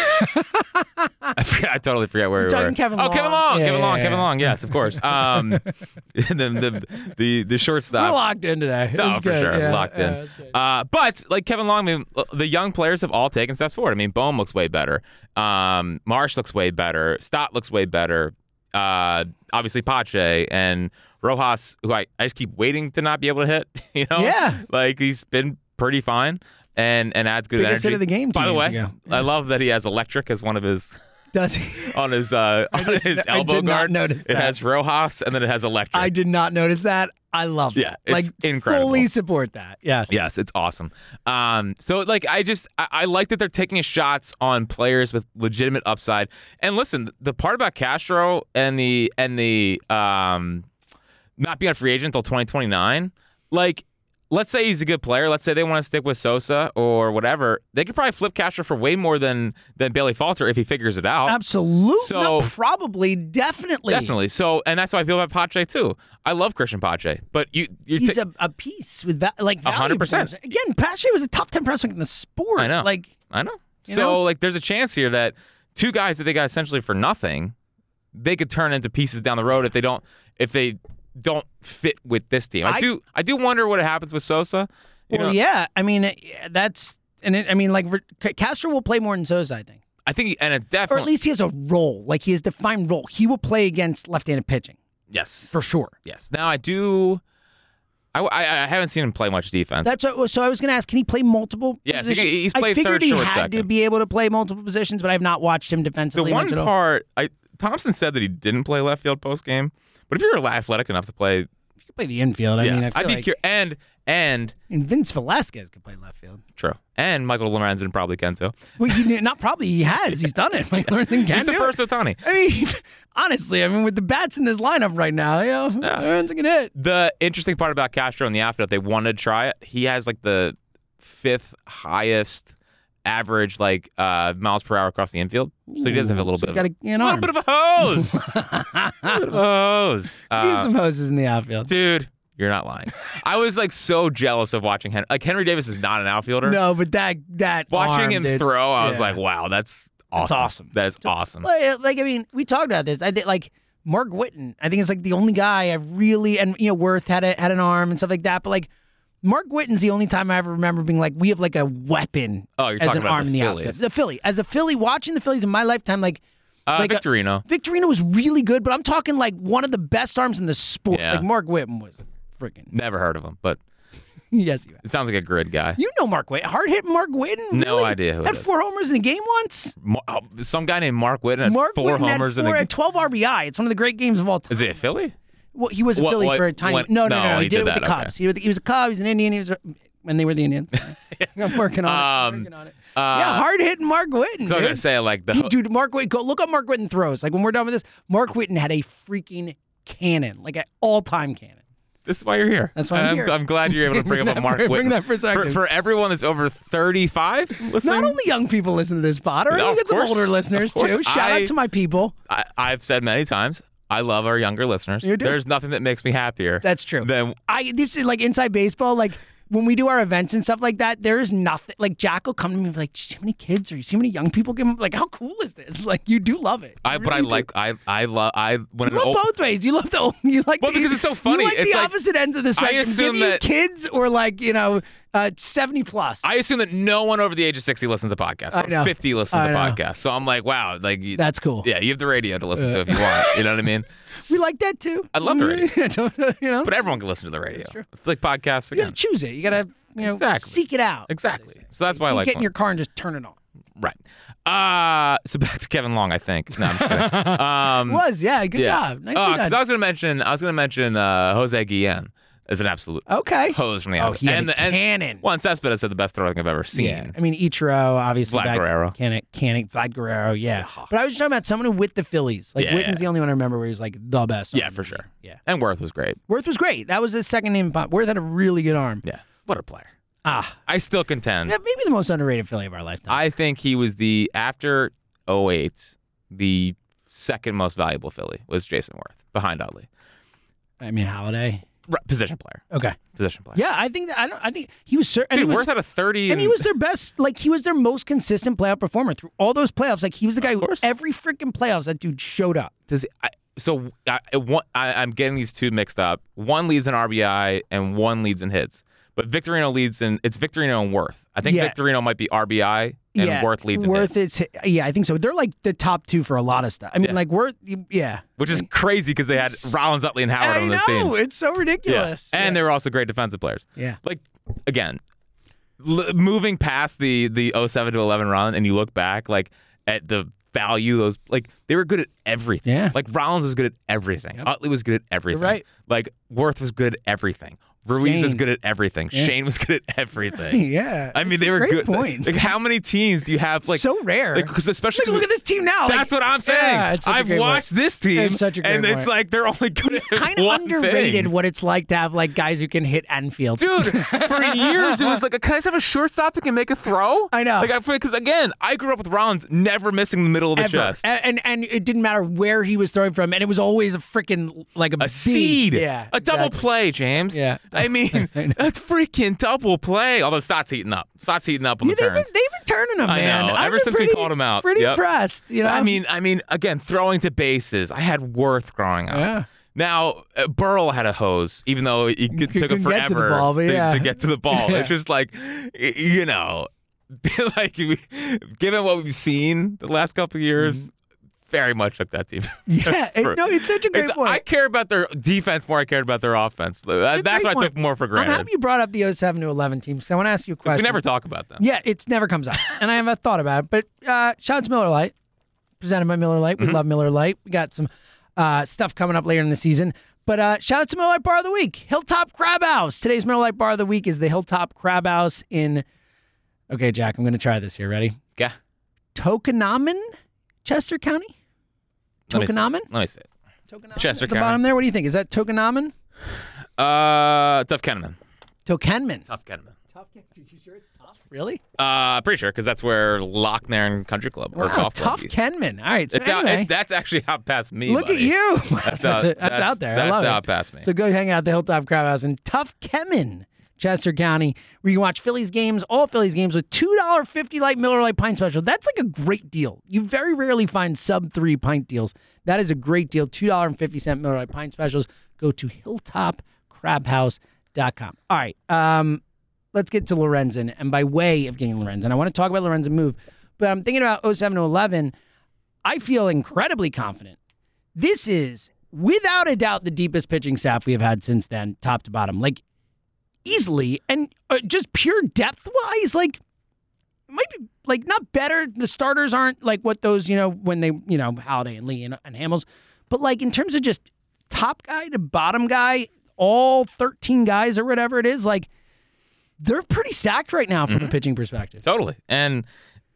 Speaker 3: forgot. I totally forget where we
Speaker 2: talking
Speaker 3: were.
Speaker 2: Kevin
Speaker 3: Oh, Kevin
Speaker 2: Long.
Speaker 3: Long.
Speaker 2: Yeah,
Speaker 3: Kevin
Speaker 2: yeah,
Speaker 3: Long.
Speaker 2: yeah.
Speaker 3: Kevin Long. Yes, of course. Um, [laughs] the, the the the shortstop.
Speaker 2: We're locked in today. It
Speaker 3: No,
Speaker 2: was
Speaker 3: for
Speaker 2: good.
Speaker 3: sure,
Speaker 2: Yeah,
Speaker 3: locked
Speaker 2: yeah, it
Speaker 3: in.
Speaker 2: was good.
Speaker 3: Uh, but like Kevin Long, I mean, l- the young players have all taken steps forward. I mean, Bohm looks way better. Um, Marsh looks way better. Stott looks way better. Uh, obviously Pache and Rojas, who I, I just keep waiting to not be able to hit. [laughs] You know,
Speaker 2: Yeah.
Speaker 3: like he's been pretty fine and and adds good
Speaker 2: Biggest
Speaker 3: energy
Speaker 2: hit of the game two
Speaker 3: By the
Speaker 2: games
Speaker 3: way,
Speaker 2: ago.
Speaker 3: I love that he has electric as one of his
Speaker 2: Does he?
Speaker 3: on
Speaker 2: [laughs]
Speaker 3: his uh, on his
Speaker 2: I
Speaker 3: elbow
Speaker 2: did not
Speaker 3: guard.
Speaker 2: notice
Speaker 3: It
Speaker 2: that.
Speaker 3: has Rojas and then it has electric.
Speaker 2: I did not notice that. I love
Speaker 3: Yeah,
Speaker 2: it.
Speaker 3: it's
Speaker 2: like
Speaker 3: incredible.
Speaker 2: fully support that. Yes.
Speaker 3: Yes, it's awesome. Um, so like I just I, I like that they're taking shots on players with legitimate upside. And listen, the part about Castro and the and the um not being a free agent until 2029, like let's say he's a good player, let's say they want to stick with Sosa or whatever, they could probably flip Castro for way more than than Bailey Falter if he figures it out.
Speaker 2: Absolutely.
Speaker 3: So-
Speaker 2: probably, definitely.
Speaker 3: Definitely. So, and that's how I feel about Pache too. I love Christian Pache, but you, you're
Speaker 2: He's
Speaker 3: ta-
Speaker 2: a, a piece with that, like
Speaker 3: A hundred
Speaker 2: value
Speaker 3: percent.
Speaker 2: proposition. Again, Pache was a top ten prospect in the sport.
Speaker 3: I know.
Speaker 2: Like,
Speaker 3: I know.
Speaker 2: You
Speaker 3: so
Speaker 2: know?
Speaker 3: like, there's a chance here that two guys that they got essentially for nothing, they could turn into pieces down the road if they don't if they don't fit with this team. I,
Speaker 2: I-
Speaker 3: do I do wonder what happens with Sosa. You
Speaker 2: well,
Speaker 3: know,
Speaker 2: yeah. I mean, it- that's and it, I mean, like Ver- Castro will play more than Sosa, I think,
Speaker 3: I think he- and it
Speaker 2: or
Speaker 3: definitely
Speaker 2: at least he has a role. Like he has defined role. He will play against left-handed pitching
Speaker 3: yes
Speaker 2: for sure.
Speaker 3: yes. Now I do. I, I, I haven't seen him play much defense.
Speaker 2: That's what, so. I was going to ask, can he play multiple?
Speaker 3: Yes, he
Speaker 2: positions?
Speaker 3: can- he's
Speaker 2: I
Speaker 3: played
Speaker 2: figured
Speaker 3: third,
Speaker 2: he
Speaker 3: short,
Speaker 2: had to
Speaker 3: second.
Speaker 2: be able to play multiple positions, but I've not watched him
Speaker 3: the
Speaker 2: defensively.
Speaker 3: one
Speaker 2: much at all.
Speaker 3: part I Thompson said that he didn't play left field post game, but if you're athletic enough to play,
Speaker 2: He could play the infield. I
Speaker 3: yeah,
Speaker 2: mean, I feel
Speaker 3: would be
Speaker 2: like,
Speaker 3: curious. And and
Speaker 2: and Vince Velasquez could play left field.
Speaker 3: true. And Michael Lorenzen probably can too.
Speaker 2: Well, he did- not probably. He has. He's done it. Like Lorenzen can
Speaker 3: [laughs] He's the
Speaker 2: do it.
Speaker 3: first Otani.
Speaker 2: I mean, [laughs] honestly, I mean, with the bats in this lineup right now, you know,
Speaker 3: Yeah.
Speaker 2: everyone's gonna hit.
Speaker 3: The interesting part about Castro and the outfit, if they wanted to try it, he has like the fifth highest average like uh, miles per hour across the infield. So he does have a little
Speaker 2: So
Speaker 3: bit
Speaker 2: you
Speaker 3: of
Speaker 2: gotta- you
Speaker 3: a
Speaker 2: know,
Speaker 3: little bit of a hose. a bit of a hose.
Speaker 2: [laughs] Give
Speaker 3: Uh,
Speaker 2: some hoses in the outfield.
Speaker 3: dude, you're not lying. I was like so jealous of watching Henry. Like Henry Davis is not an outfielder.
Speaker 2: No, but that that
Speaker 3: Watching
Speaker 2: arm,
Speaker 3: him
Speaker 2: dude.
Speaker 3: throw, I was
Speaker 2: Yeah.
Speaker 3: like, wow, that's awesome.
Speaker 2: awesome.
Speaker 3: That is awesome.
Speaker 2: Like, like, I mean, we talked about this. I think like Mark Whitten. I think it's like the only guy I really and you know Worth had a, had an arm and stuff like that. But like Mark Whitten's the only time I ever remember being like, we have like a weapon
Speaker 3: Oh, you're
Speaker 2: as
Speaker 3: talking
Speaker 2: an
Speaker 3: about
Speaker 2: arm
Speaker 3: the
Speaker 2: in the
Speaker 3: Phillies.
Speaker 2: outfield. The Philly as a Philly watching the Phillies in my lifetime, like
Speaker 3: Uh,
Speaker 2: like a-
Speaker 3: Victorino.
Speaker 2: Victorino was really good, but I'm talking like one of the best arms in the sport.
Speaker 3: Yeah.
Speaker 2: Like Mark Whitten was freaking. [laughs]
Speaker 3: Never heard of him, but
Speaker 2: yes, you have.
Speaker 3: it sounds like a grid guy.
Speaker 2: You know Mark Whitten. Hard hit Mark Whitten?
Speaker 3: No
Speaker 2: Really?
Speaker 3: idea who it
Speaker 2: Had
Speaker 3: is.
Speaker 2: four homers in a game once?
Speaker 3: Mar- oh, some guy named Mark Whitten had
Speaker 2: Mark
Speaker 3: four
Speaker 2: Whitten
Speaker 3: homers
Speaker 2: had
Speaker 3: in
Speaker 2: four
Speaker 3: a
Speaker 2: at 12 RBI. It's one of the great games of all time.
Speaker 3: Is it a Philly?
Speaker 2: Well, he was a
Speaker 3: What-
Speaker 2: Philly
Speaker 3: what-
Speaker 2: for a time.
Speaker 3: what-
Speaker 2: no, no, no,
Speaker 3: no,
Speaker 2: He,
Speaker 3: he
Speaker 2: did,
Speaker 3: did
Speaker 2: it with
Speaker 3: that,
Speaker 2: the
Speaker 3: okay.
Speaker 2: Cubs. He, was, he was a Cub. He's an Indian. He was a- when they were the
Speaker 3: [laughs]
Speaker 2: Indians. I'm working on it. I'm working on it.
Speaker 3: Uh,
Speaker 2: yeah, hard hitting Mark Whitten.
Speaker 3: So I'm gonna
Speaker 2: dude.
Speaker 3: say like the
Speaker 2: Dude, dude, Mark Whitten, go look up Mark Whitten throws. Like when we're done with this, Mark Whitten had a freaking cannon, like an all time cannon.
Speaker 3: this is why you're here.
Speaker 2: That's why I'm
Speaker 3: And
Speaker 2: here.
Speaker 3: I'm glad you're able to bring up
Speaker 2: [laughs]
Speaker 3: a
Speaker 2: Bring
Speaker 3: Mark
Speaker 2: that- bring
Speaker 3: Whitten.
Speaker 2: that
Speaker 3: for,
Speaker 2: perspective.
Speaker 3: for everyone that's over 35 listening.
Speaker 2: Not only young people listen to this pod, or
Speaker 3: No,
Speaker 2: I
Speaker 3: of
Speaker 2: think it's some
Speaker 3: course.
Speaker 2: older listeners
Speaker 3: Of course.
Speaker 2: too. Shout
Speaker 3: I-
Speaker 2: out to my people.
Speaker 3: I, I've said many times, I love our younger listeners.
Speaker 2: You do.
Speaker 3: There's nothing that makes me happier.
Speaker 2: That's true.
Speaker 3: Than
Speaker 2: I this is like inside baseball. Like when we do our events and stuff like that, there is nothing like Jack will come to me and be like, "Do you see how many kids or you see how many young people give him like how cool is this? [laughs] Like you do love it.
Speaker 3: I,
Speaker 2: You
Speaker 3: but I
Speaker 2: really do.
Speaker 3: like I I love I when
Speaker 2: You
Speaker 3: an
Speaker 2: love
Speaker 3: old,
Speaker 2: both ways. You love the old. You like
Speaker 3: Well,
Speaker 2: the,
Speaker 3: because it's so funny.
Speaker 2: You like
Speaker 3: It's
Speaker 2: the
Speaker 3: like-
Speaker 2: opposite ends of the spectrum.
Speaker 3: assume
Speaker 2: Give you
Speaker 3: that-
Speaker 2: kids or like you know uh, seventy plus.
Speaker 3: I assume that no one over the age of sixty listens to podcasts.
Speaker 2: I
Speaker 3: Or
Speaker 2: know.
Speaker 3: Fifty listens
Speaker 2: I
Speaker 3: to
Speaker 2: know.
Speaker 3: podcasts. So I'm like, wow, like you-
Speaker 2: That's cool.
Speaker 3: Yeah, you have the radio to listen to
Speaker 2: [laughs]
Speaker 3: if you want. You know what I mean?
Speaker 2: we like that too.
Speaker 3: I love the radio.
Speaker 2: [laughs] you know,
Speaker 3: But everyone can listen to the radio.
Speaker 2: true.
Speaker 3: It's like podcasts
Speaker 2: you gotta
Speaker 3: again.
Speaker 2: choose it. You gotta you know
Speaker 3: Exactly.
Speaker 2: seek it out.
Speaker 3: Exactly. So that's why I
Speaker 2: You
Speaker 3: like
Speaker 2: get in
Speaker 3: one.
Speaker 2: your car and just turn it on.
Speaker 3: right. Uh so [laughs] back to Kevin Long, I think. No, I'm just
Speaker 2: [laughs]
Speaker 3: kidding. Um,
Speaker 2: Was yeah, good
Speaker 3: yeah.
Speaker 2: job. Nicely
Speaker 3: Oh,
Speaker 2: done.
Speaker 3: because I was gonna mention I was gonna mention uh, Jose Guillen as
Speaker 2: [laughs]
Speaker 3: an absolute
Speaker 2: okay.
Speaker 3: hose from the
Speaker 2: Oh,
Speaker 3: outfield.
Speaker 2: he had
Speaker 3: and
Speaker 2: a
Speaker 3: the and-
Speaker 2: cannon.
Speaker 3: well, and Cespedes had the best throw I think I've ever seen.
Speaker 2: Yeah. I mean, Ichiro, obviously.
Speaker 3: Vlad Guerrero.
Speaker 2: Canic, Canic, Vlad Guerrero, yeah. But I was just talking about someone who with the Phillies. Like,
Speaker 3: Yeah.
Speaker 2: Witten's the only one I remember where he was like the best. on
Speaker 3: Yeah,
Speaker 2: the
Speaker 3: for
Speaker 2: team.
Speaker 3: sure.
Speaker 2: Yeah.
Speaker 3: And Worth was great.
Speaker 2: Worth was great. That was his second name pop. Worth had a really good arm.
Speaker 3: Yeah. What a player.
Speaker 2: Ah,
Speaker 3: I still contend.
Speaker 2: yeah, maybe the most underrated Philly of our lifetime.
Speaker 3: I think he was the after 08, the second most valuable Philly was Jason Worth behind Utley.
Speaker 2: I, mean, Holiday.
Speaker 3: Right, position player.
Speaker 2: Okay.
Speaker 3: Position player.
Speaker 2: Yeah, I think that, I don't. I think he was. Cer- and
Speaker 3: Dude,
Speaker 2: he was-
Speaker 3: Worth had a 30
Speaker 2: and he was their best, like he was their most consistent playoff performer through all those playoffs. Like he was the guy who
Speaker 3: course.
Speaker 2: every freaking playoffs that dude showed up.
Speaker 3: Does I, so I, I, one, I, I'm getting these two mixed up. One leads in RBI and one leads in hits. But Victorino leads in it's Victorino and Worth. I think
Speaker 2: Yeah.
Speaker 3: Victorino might be RBI and
Speaker 2: yeah,
Speaker 3: Worth leads in
Speaker 2: Worth
Speaker 3: hits,
Speaker 2: it's yeah, I think so. They're like the top two for a lot of stuff. I mean,
Speaker 3: Yeah.
Speaker 2: like Worth, yeah.
Speaker 3: which is crazy because they had Rollins, Utley, and Howard
Speaker 2: I
Speaker 3: on
Speaker 2: know
Speaker 3: the team.
Speaker 2: it's so ridiculous.
Speaker 3: And they were also great defensive players.
Speaker 2: Yeah. [laughs]
Speaker 3: Like again, l- moving past the the 07 to 11 run and you look back like at the value those like they were good at everything.
Speaker 2: Yeah.
Speaker 3: Like Rollins was good at everything. Utley was good at everything.
Speaker 2: right.
Speaker 3: Like Worth was good at everything. Ruiz was
Speaker 2: Shane.
Speaker 3: good at everything.
Speaker 2: Yeah.
Speaker 3: Shane was good at
Speaker 2: [laughs]
Speaker 3: everything.
Speaker 2: yeah.
Speaker 3: I mean,
Speaker 2: It's a
Speaker 3: they were
Speaker 2: great
Speaker 3: good.
Speaker 2: Point.
Speaker 3: Like, how many teams do you have? Like
Speaker 2: so rare.
Speaker 3: Like, 'cause especially
Speaker 2: Like,
Speaker 3: 'cause
Speaker 2: look
Speaker 3: we-
Speaker 2: at this team now. Like,
Speaker 3: [laughs] That's what I'm saying.
Speaker 2: Yeah, it's such a
Speaker 3: I've
Speaker 2: great
Speaker 3: watched
Speaker 2: point.
Speaker 3: this team,
Speaker 2: It's such a great
Speaker 3: and it's
Speaker 2: point.
Speaker 3: like they're only good at
Speaker 2: Kind of
Speaker 3: one
Speaker 2: underrated
Speaker 3: thing.
Speaker 2: what it's like to have like guys who can hit and field.
Speaker 3: Dude,
Speaker 2: [laughs]
Speaker 3: for years it was like, can I just have a shortstop that can make a throw?
Speaker 2: I know.
Speaker 3: Like, I because again, I grew up with Rollins never missing the middle of the
Speaker 2: Ever.
Speaker 3: chest.
Speaker 2: A- And, and it didn't matter where he was throwing from, and it was always a freaking like a,
Speaker 3: a seed.
Speaker 2: Yeah,
Speaker 3: A double
Speaker 2: exactly.
Speaker 3: play, James.
Speaker 2: Yeah.
Speaker 3: I mean,
Speaker 2: [laughs] I know.
Speaker 3: that's freaking double play. Although Stott's heating up. Stott's heating up on
Speaker 2: Yeah,
Speaker 3: the
Speaker 2: they've, been,
Speaker 3: turns.
Speaker 2: they've been turning him,
Speaker 3: I
Speaker 2: man.
Speaker 3: know.
Speaker 2: I've
Speaker 3: Ever
Speaker 2: been
Speaker 3: since we
Speaker 2: pretty-
Speaker 3: called him out.
Speaker 2: pretty
Speaker 3: Yep.
Speaker 2: impressed. You know,
Speaker 3: I mean, I mean, again, throwing to bases. I had Worth growing up.
Speaker 2: Yeah.
Speaker 3: Now uh, Burl had a hose, even though he could,
Speaker 2: He
Speaker 3: took him
Speaker 2: couldn't get to the
Speaker 3: forever
Speaker 2: ball, but
Speaker 3: to,
Speaker 2: yeah.
Speaker 3: to get to the
Speaker 2: [laughs]
Speaker 3: ball.
Speaker 2: Yeah.
Speaker 3: It's just like, y- you know, [laughs] like we- given what we've seen the last couple of years, very much took that team.
Speaker 2: [laughs] Mm-hmm. [laughs]
Speaker 3: [laughs]
Speaker 2: yeah. it-
Speaker 3: for-
Speaker 2: no, it's such a great
Speaker 3: It's-
Speaker 2: point.
Speaker 3: I care about their defense more. I cared about their offense. That-
Speaker 2: It's a great
Speaker 3: that's what I
Speaker 2: one.
Speaker 3: took more for
Speaker 2: I'm
Speaker 3: granted.
Speaker 2: happy you brought up the 07 to 11 team because I want to ask you a
Speaker 3: 'Cause
Speaker 2: question.
Speaker 3: we never talk about them.
Speaker 2: Yeah, it's never comes up, [laughs] and I haven't thought about it. But uh, shots Miller Lite, presented by Miller Lite. We
Speaker 3: Mm-hmm.
Speaker 2: love Miller Lite. We got some uh, stuff coming up later in the season. But uh, shout out to Miller Lite Bar of the Week, Hilltop Crab House. Today's Miller Lite Bar of the Week is the Hilltop Crab House in. Okay, Jack, I'm going to try this here. Ready?
Speaker 3: Yeah.
Speaker 2: Tokenaman, Chester County.
Speaker 3: Let me see.
Speaker 2: Tokenaman.
Speaker 3: Let me see. it.
Speaker 2: Tokenaman.
Speaker 3: Chester
Speaker 2: At the
Speaker 3: County.
Speaker 2: bottom there. What do you think? Is that Tokenaman?
Speaker 3: Uh, tough Kenneman.
Speaker 2: Tokenman.
Speaker 3: Tough Kenneman.
Speaker 2: Really?
Speaker 3: Uh, pretty sure because that's where Lochnair and Country Club or
Speaker 2: Wow,
Speaker 3: golf
Speaker 2: tough
Speaker 3: club.
Speaker 2: Kenman. All right. So
Speaker 3: It's out,
Speaker 2: anyway,
Speaker 3: it's, that's actually out past me.
Speaker 2: Look at
Speaker 3: buddy.
Speaker 2: you. [laughs]
Speaker 3: That's,
Speaker 2: That's,
Speaker 3: out,
Speaker 2: out, that's, out there.
Speaker 3: That's
Speaker 2: I love
Speaker 3: out
Speaker 2: it.
Speaker 3: past me.
Speaker 2: So go hang out at the Hilltop Crab House in Tough Kemen, Chester County, where you can watch Phillies games, all Phillies games, with $2.50 light Miller Lite pint special. That's like a great deal. You very rarely find sub three pint deals. That is a great deal. $2.50 Miller Lite pint specials. Go to hilltopcrabhouse.com. All right. Um, let's get to Lorenzen. And by way of getting Lorenzen, I want to talk about Lorenzen move, but I'm thinking about 07 to 11. I feel incredibly confident. This is, without a doubt, the deepest pitching staff we have had since then, top to bottom. Like, easily and uh, just pure depth wise, like, it might be like not better. The starters aren't like what those, you know, when they, you know, Holiday and Lee and, and Hamels, but like in terms of just top guy to bottom guy, all 13 guys or whatever it is, like, they're pretty stacked right now from a pitching perspective.
Speaker 3: Totally. And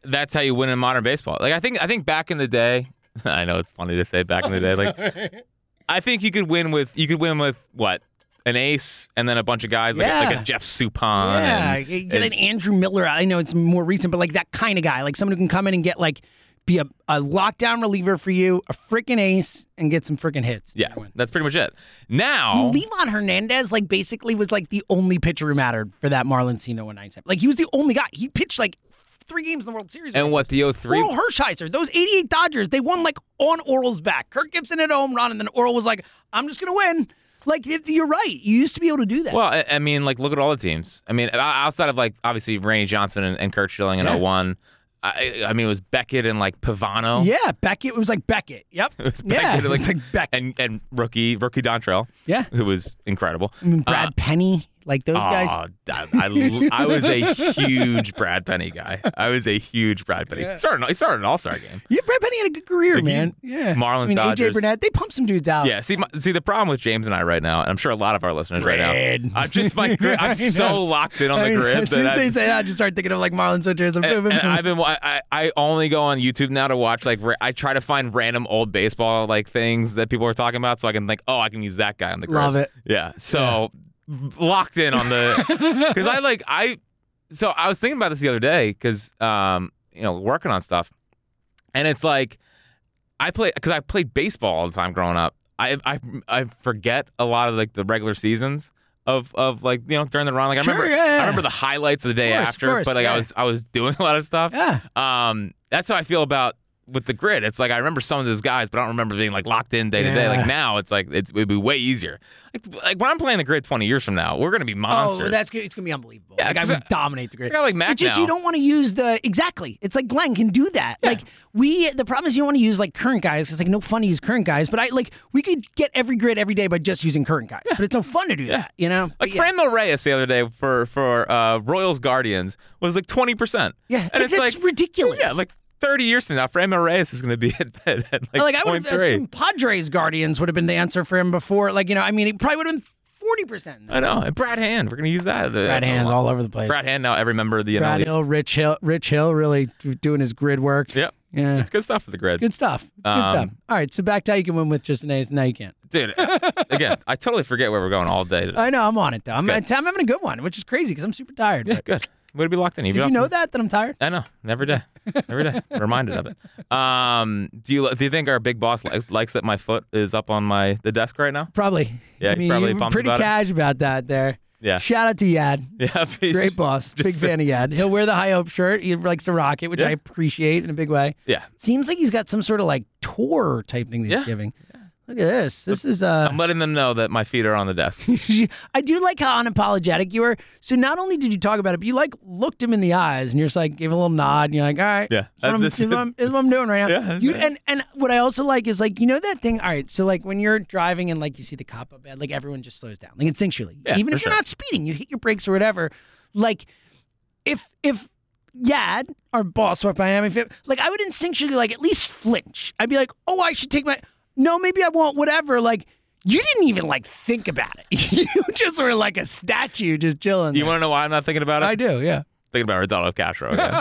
Speaker 3: that's how you win in modern baseball. Like I think I think back in the day, [laughs] I know it's funny to say back in the day. Like I think you could win with you could win with what an ace and then a bunch of guys like a- like a
Speaker 2: Yeah.
Speaker 3: Jeff Suppan.
Speaker 2: Yeah,
Speaker 3: and-
Speaker 2: you get
Speaker 3: and-
Speaker 2: an Andrew Miller. I know it's more recent, but like that kind of guy, like someone who can come in and get like be a, a lockdown reliever for you, a freaking ace, and get some freaking hits.
Speaker 3: Yeah,
Speaker 2: You win.
Speaker 3: that's pretty much it. Now,
Speaker 2: Levon Hernandez, like, basically was like the only pitcher who mattered for that Marlins team that won 97. Like, he was the only guy. He pitched like three games in the World Series.
Speaker 3: and what the 03
Speaker 2: Oral Hershiser, those 88 Dodgers, they won like on Oral's back. Kirk Gibson hit a home run, and then Oral was like, I'm just going to win. Like, if- you're right. You used to be able to do that.
Speaker 3: Well, I, I mean, like, look at all the teams. I mean, o- outside of like obviously Randy Johnson and, and Kurt Schilling in
Speaker 2: Yeah.
Speaker 3: 01, I, I mean, it was Beckett and like Pavano.
Speaker 2: yeah, Beckett. It was like Beckett. Yep.
Speaker 3: [laughs] It was
Speaker 2: yeah,
Speaker 3: Beckett,
Speaker 2: it was like Beckett.
Speaker 3: And, and rookie rookie Dontrell,
Speaker 2: yeah.
Speaker 3: who was incredible.
Speaker 2: I mean, Brad Penny, like those
Speaker 3: uh, Aw,
Speaker 2: guys.
Speaker 3: I, I, I was a huge Brad Penny guy. I was a huge Brad Penny.
Speaker 2: Yeah.
Speaker 3: Started, he started an All Star game.
Speaker 2: Yeah, Brad Penny had a good career,
Speaker 3: Like, you-
Speaker 2: man. yeah. I
Speaker 3: Marlins,
Speaker 2: mean,
Speaker 3: Dodgers.
Speaker 2: AJ Burnett, they pumped some dudes out.
Speaker 3: Yeah, see, my, see, the problem with James and I right now, and I'm sure a lot of our listeners right
Speaker 2: Brad.
Speaker 3: now, I'm just my, gri-
Speaker 2: [laughs]
Speaker 3: I'm
Speaker 2: I
Speaker 3: so
Speaker 2: know.
Speaker 3: locked in on
Speaker 2: I
Speaker 3: the
Speaker 2: mean,
Speaker 3: grid.
Speaker 2: As soon as
Speaker 3: that I-
Speaker 2: they say that, I just start thinking of like Marlins Dodgers. I'm
Speaker 3: and, and I've been wa- I, I only go on YouTube now to watch like ra- I try to find random old baseball like things that people are talking about so I can like oh I can use
Speaker 2: [laughs]
Speaker 3: that guy on the grid.
Speaker 2: Love
Speaker 3: [laughs]
Speaker 2: it.
Speaker 3: Yeah. So locked in on the because I like I so I was thinking about this the other day because um you know working on stuff and it's like I play because I played baseball all the time growing up. I I I forget a lot of like the regular seasons. Of, of like you know during the run like I
Speaker 2: Sure,
Speaker 3: remember
Speaker 2: yeah, yeah.
Speaker 3: I remember the highlights of the day
Speaker 2: Of course, of
Speaker 3: after
Speaker 2: course,
Speaker 3: but like I
Speaker 2: yeah.
Speaker 3: was I was doing [laughs] a lot of stuff
Speaker 2: [laughs] yeah.
Speaker 3: um, that's how I feel about with the grid. It's like I remember some of those guys, but I don't remember being like locked in day to day.
Speaker 2: Yeah.
Speaker 3: Like now, it's like it's, it'd be way easier. Like, like when I'm playing the grid 20 years from now, we're gonna be monsters.
Speaker 2: Oh, that's good. It's gonna be unbelievable.
Speaker 3: Yeah,
Speaker 2: like I
Speaker 3: 'cause
Speaker 2: would
Speaker 3: I-
Speaker 2: dominate the grid.
Speaker 3: I got like Mac
Speaker 2: it's just
Speaker 3: now.
Speaker 2: you don't want to use the exactly. It's like Glenn can do that. Like we, the problem is you don't want to use like current guys. It's like no fun to use current guys. But I like we could get every grid every day by just using current guys. But it's no fun to do that. You know. But
Speaker 3: like
Speaker 2: yeah.
Speaker 3: Fran Mil Reyes the other day for for uh, Royals Guardians was like 20 percent.
Speaker 2: Yeah, like,
Speaker 3: and it's
Speaker 2: that's
Speaker 3: like
Speaker 2: ridiculous.
Speaker 3: Yeah, like 30 years from now, Fran Mil Reyes is gonna be [laughs] at, at, at like,
Speaker 2: Like, I would
Speaker 3: point
Speaker 2: have
Speaker 3: three.
Speaker 2: assumed Padres Guardians would have been the answer for him before. Like you know, I mean, it probably would have been forty percent.
Speaker 3: I know. And Brad Hand, we're gonna use that.
Speaker 2: Brad hands all over the place.
Speaker 3: Brad Hand now every member of the E NL
Speaker 2: Brad
Speaker 3: East.
Speaker 2: Hill, Rich Hill, Rich Hill, really do- doing his grid work.
Speaker 3: Yep.
Speaker 2: Yeah.
Speaker 3: It's good stuff for the grid.
Speaker 2: Good stuff. Good
Speaker 3: Um,
Speaker 2: stuff. All right, so back to how you can win with just an ace. Now you can't.
Speaker 3: Dude, again, I totally forget where we're going all day.
Speaker 2: [laughs] I know I'm on it though. I'm,
Speaker 3: good.
Speaker 2: I'm having a good one, which is crazy because I'm super tired. but-
Speaker 3: Good. Way to be locked in.
Speaker 2: Did you know that that I'm tired?
Speaker 3: I know. Every day. Every
Speaker 2: [laughs]
Speaker 3: day. Reminded of it. Um, do you do you think our big boss likes, likes that my foot is up on my the desk right now? [laughs]
Speaker 2: Probably.
Speaker 3: Yeah,
Speaker 2: I
Speaker 3: he's
Speaker 2: mean,
Speaker 3: probably
Speaker 2: you were
Speaker 3: pumped
Speaker 2: pretty
Speaker 3: about it.
Speaker 2: cash about that there.
Speaker 3: Yeah.
Speaker 2: Shout out to Yad.
Speaker 3: Yeah. he's-
Speaker 2: Great boss. Big
Speaker 3: just- [laughs]
Speaker 2: fan of Yad. He'll wear the high hope shirt. He likes to rock it, which
Speaker 3: Yeah.
Speaker 2: I appreciate in a big way.
Speaker 3: Yeah.
Speaker 2: Seems like he's got some sort of like tour type thing that he's
Speaker 3: Yeah.
Speaker 2: giving. Look at this. This is uh
Speaker 3: I'm letting them know that my feet are on the desk.
Speaker 2: [laughs] I do like how unapologetic you were. So not only did you talk about it, but you like looked him in the eyes and you're just like gave a little nod and you're like, all right,
Speaker 3: Yeah.
Speaker 2: that's what I'm,
Speaker 3: This [laughs]
Speaker 2: this is what I'm, this is what I'm doing right now.
Speaker 3: Yeah,
Speaker 2: you,
Speaker 3: yeah.
Speaker 2: And and what I also like is like you know that thing. All right, so like when you're driving and like you see the cop up ad, like everyone just slows down, like instinctually,
Speaker 3: Yeah,
Speaker 2: even
Speaker 3: for
Speaker 2: if you're
Speaker 3: sure.
Speaker 2: not speeding, you hit your brakes or whatever. Like if if Yad, our boss, walked by and I mean, like I would instinctually like at least flinch. I'd be like, oh, I should take my no, maybe I won't, whatever. Like you didn't even like think about it. [laughs] you just were like a statue, just chilling.
Speaker 3: You
Speaker 2: there.
Speaker 3: want to know why I'm not thinking about it?
Speaker 2: I do, yeah.
Speaker 3: Thinking about
Speaker 2: [laughs]
Speaker 3: Rodolfo Castro again.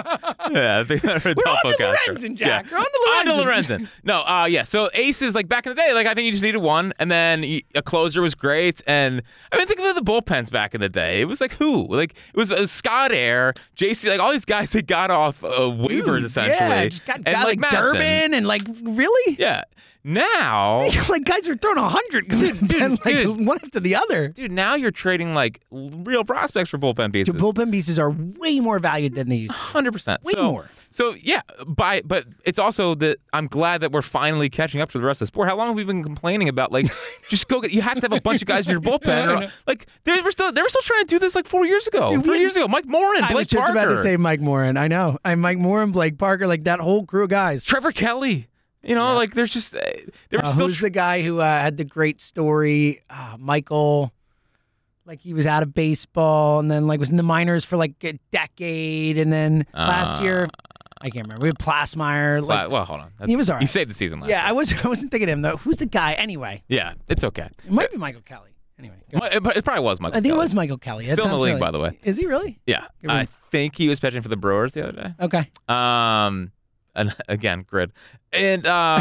Speaker 3: yeah, thinking about
Speaker 2: We're
Speaker 3: Rodolfo
Speaker 2: on to
Speaker 3: Castro.
Speaker 2: Lorenzen, Jack.
Speaker 3: Yeah.
Speaker 2: We're on to Lorenzen.
Speaker 3: On to Lorenzen. No, uh, yeah. So aces, like back in the day, like I think you just needed one, and then y- a closer was great. And I mean, think of the bullpens back in the day. It was like who? Like it was, uh Scott Air, JC, like all these guys that got off uh, waivers
Speaker 2: Dudes,
Speaker 3: essentially,
Speaker 2: Yeah, just got,
Speaker 3: and
Speaker 2: got,
Speaker 3: like,
Speaker 2: like,
Speaker 3: Madsen.
Speaker 2: Durbin and like really.
Speaker 3: Yeah.
Speaker 2: [laughs]
Speaker 3: Now.
Speaker 2: like guys were throwing a hundred, [laughs]
Speaker 3: dude,
Speaker 2: like
Speaker 3: dude.
Speaker 2: one after the other.
Speaker 3: Dude, now you're trading like l- real prospects for bullpen pieces.
Speaker 2: The bullpen pieces are way more valued than [gasps] these.
Speaker 3: Hundred percent.
Speaker 2: Way
Speaker 3: so,
Speaker 2: more.
Speaker 3: So yeah, by but it's also that I'm glad that we're finally catching up to the rest of the sport. How long have we been complaining
Speaker 2: [laughs]
Speaker 3: about like just go get? You have to have a bunch of guys in your bullpen. Or, like they were still they were still trying to do this like four years ago,
Speaker 2: Dude, we
Speaker 3: three
Speaker 2: had-
Speaker 3: years ago. Mike Morin, Blake
Speaker 2: I was just
Speaker 3: Parker,
Speaker 2: about to say Mike Morin. I know. I'm Mike Morin, Blake Parker, like that whole crew of guys.
Speaker 3: Trevor Kelly. You know, like there's just uh, they were
Speaker 2: Uh,
Speaker 3: still.
Speaker 2: who's
Speaker 3: tr-
Speaker 2: the guy who uh, had the great story? Uh, Michael, like he was out of baseball and then like was in the minors for like a decade, and then last
Speaker 3: Uh,
Speaker 2: year I can't remember. We had Plasmeyer.
Speaker 3: Well,
Speaker 2: Like,
Speaker 3: well, hold on. That's-
Speaker 2: He was all
Speaker 3: He
Speaker 2: right.
Speaker 3: saved the season last.
Speaker 2: yeah, I
Speaker 3: year.
Speaker 2: was. [laughs] I wasn't thinking of him though. Who's the guy anyway?
Speaker 3: yeah, it's okay.
Speaker 2: It might be Michael Kelly. Anyway, go-
Speaker 3: Mi- It, it probably was Mike.
Speaker 2: I think it was Michael Kelly. That
Speaker 3: Still in the
Speaker 2: sounds
Speaker 3: league,
Speaker 2: really-
Speaker 3: by the way.
Speaker 2: Is he really?
Speaker 3: Yeah,
Speaker 2: Give
Speaker 3: I
Speaker 2: him-
Speaker 3: think he was pitching for the Brewers the other day.
Speaker 2: Okay.
Speaker 3: Um, and [laughs] again, grid,
Speaker 2: [laughs]
Speaker 3: and um,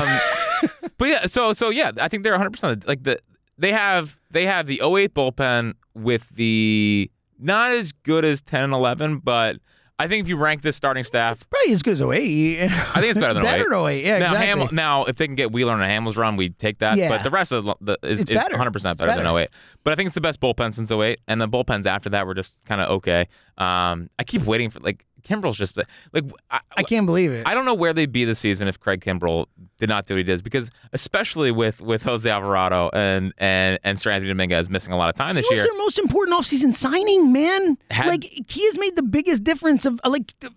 Speaker 3: but yeah, so so yeah, I think they're 100 percent like the they have they have oh the 08 bullpen with the not as good as 10 and 11, but I think if you rank this starting staff,
Speaker 2: Probably as good as 08.
Speaker 3: I think it's better than 08.
Speaker 2: Better than 08. Yeah,
Speaker 3: now,
Speaker 2: exactly.
Speaker 3: Hamel- now, if they can get Wheeler and Hamels run, we take that.
Speaker 2: Yeah.
Speaker 3: But the rest of the, the is,
Speaker 2: It's
Speaker 3: is
Speaker 2: better.
Speaker 3: 100% better,
Speaker 2: It's
Speaker 3: than
Speaker 2: better.
Speaker 3: 08. But I think it's the best bullpen since 08. And the bullpens after that were just kind of okay. Um, I keep waiting for, like, Kimbrell's just, like, I,
Speaker 2: I can't believe it.
Speaker 3: I don't know where they'd be this season if Craig Kimbrell did not do what he did, because especially with, with Jose Alvarado and, and, and Sir Anthony Dominguez missing a lot of time
Speaker 2: he
Speaker 3: this
Speaker 2: was
Speaker 3: year.
Speaker 2: their most important offseason signing, man.
Speaker 3: Had-
Speaker 2: like he has made the biggest difference of uh, like th-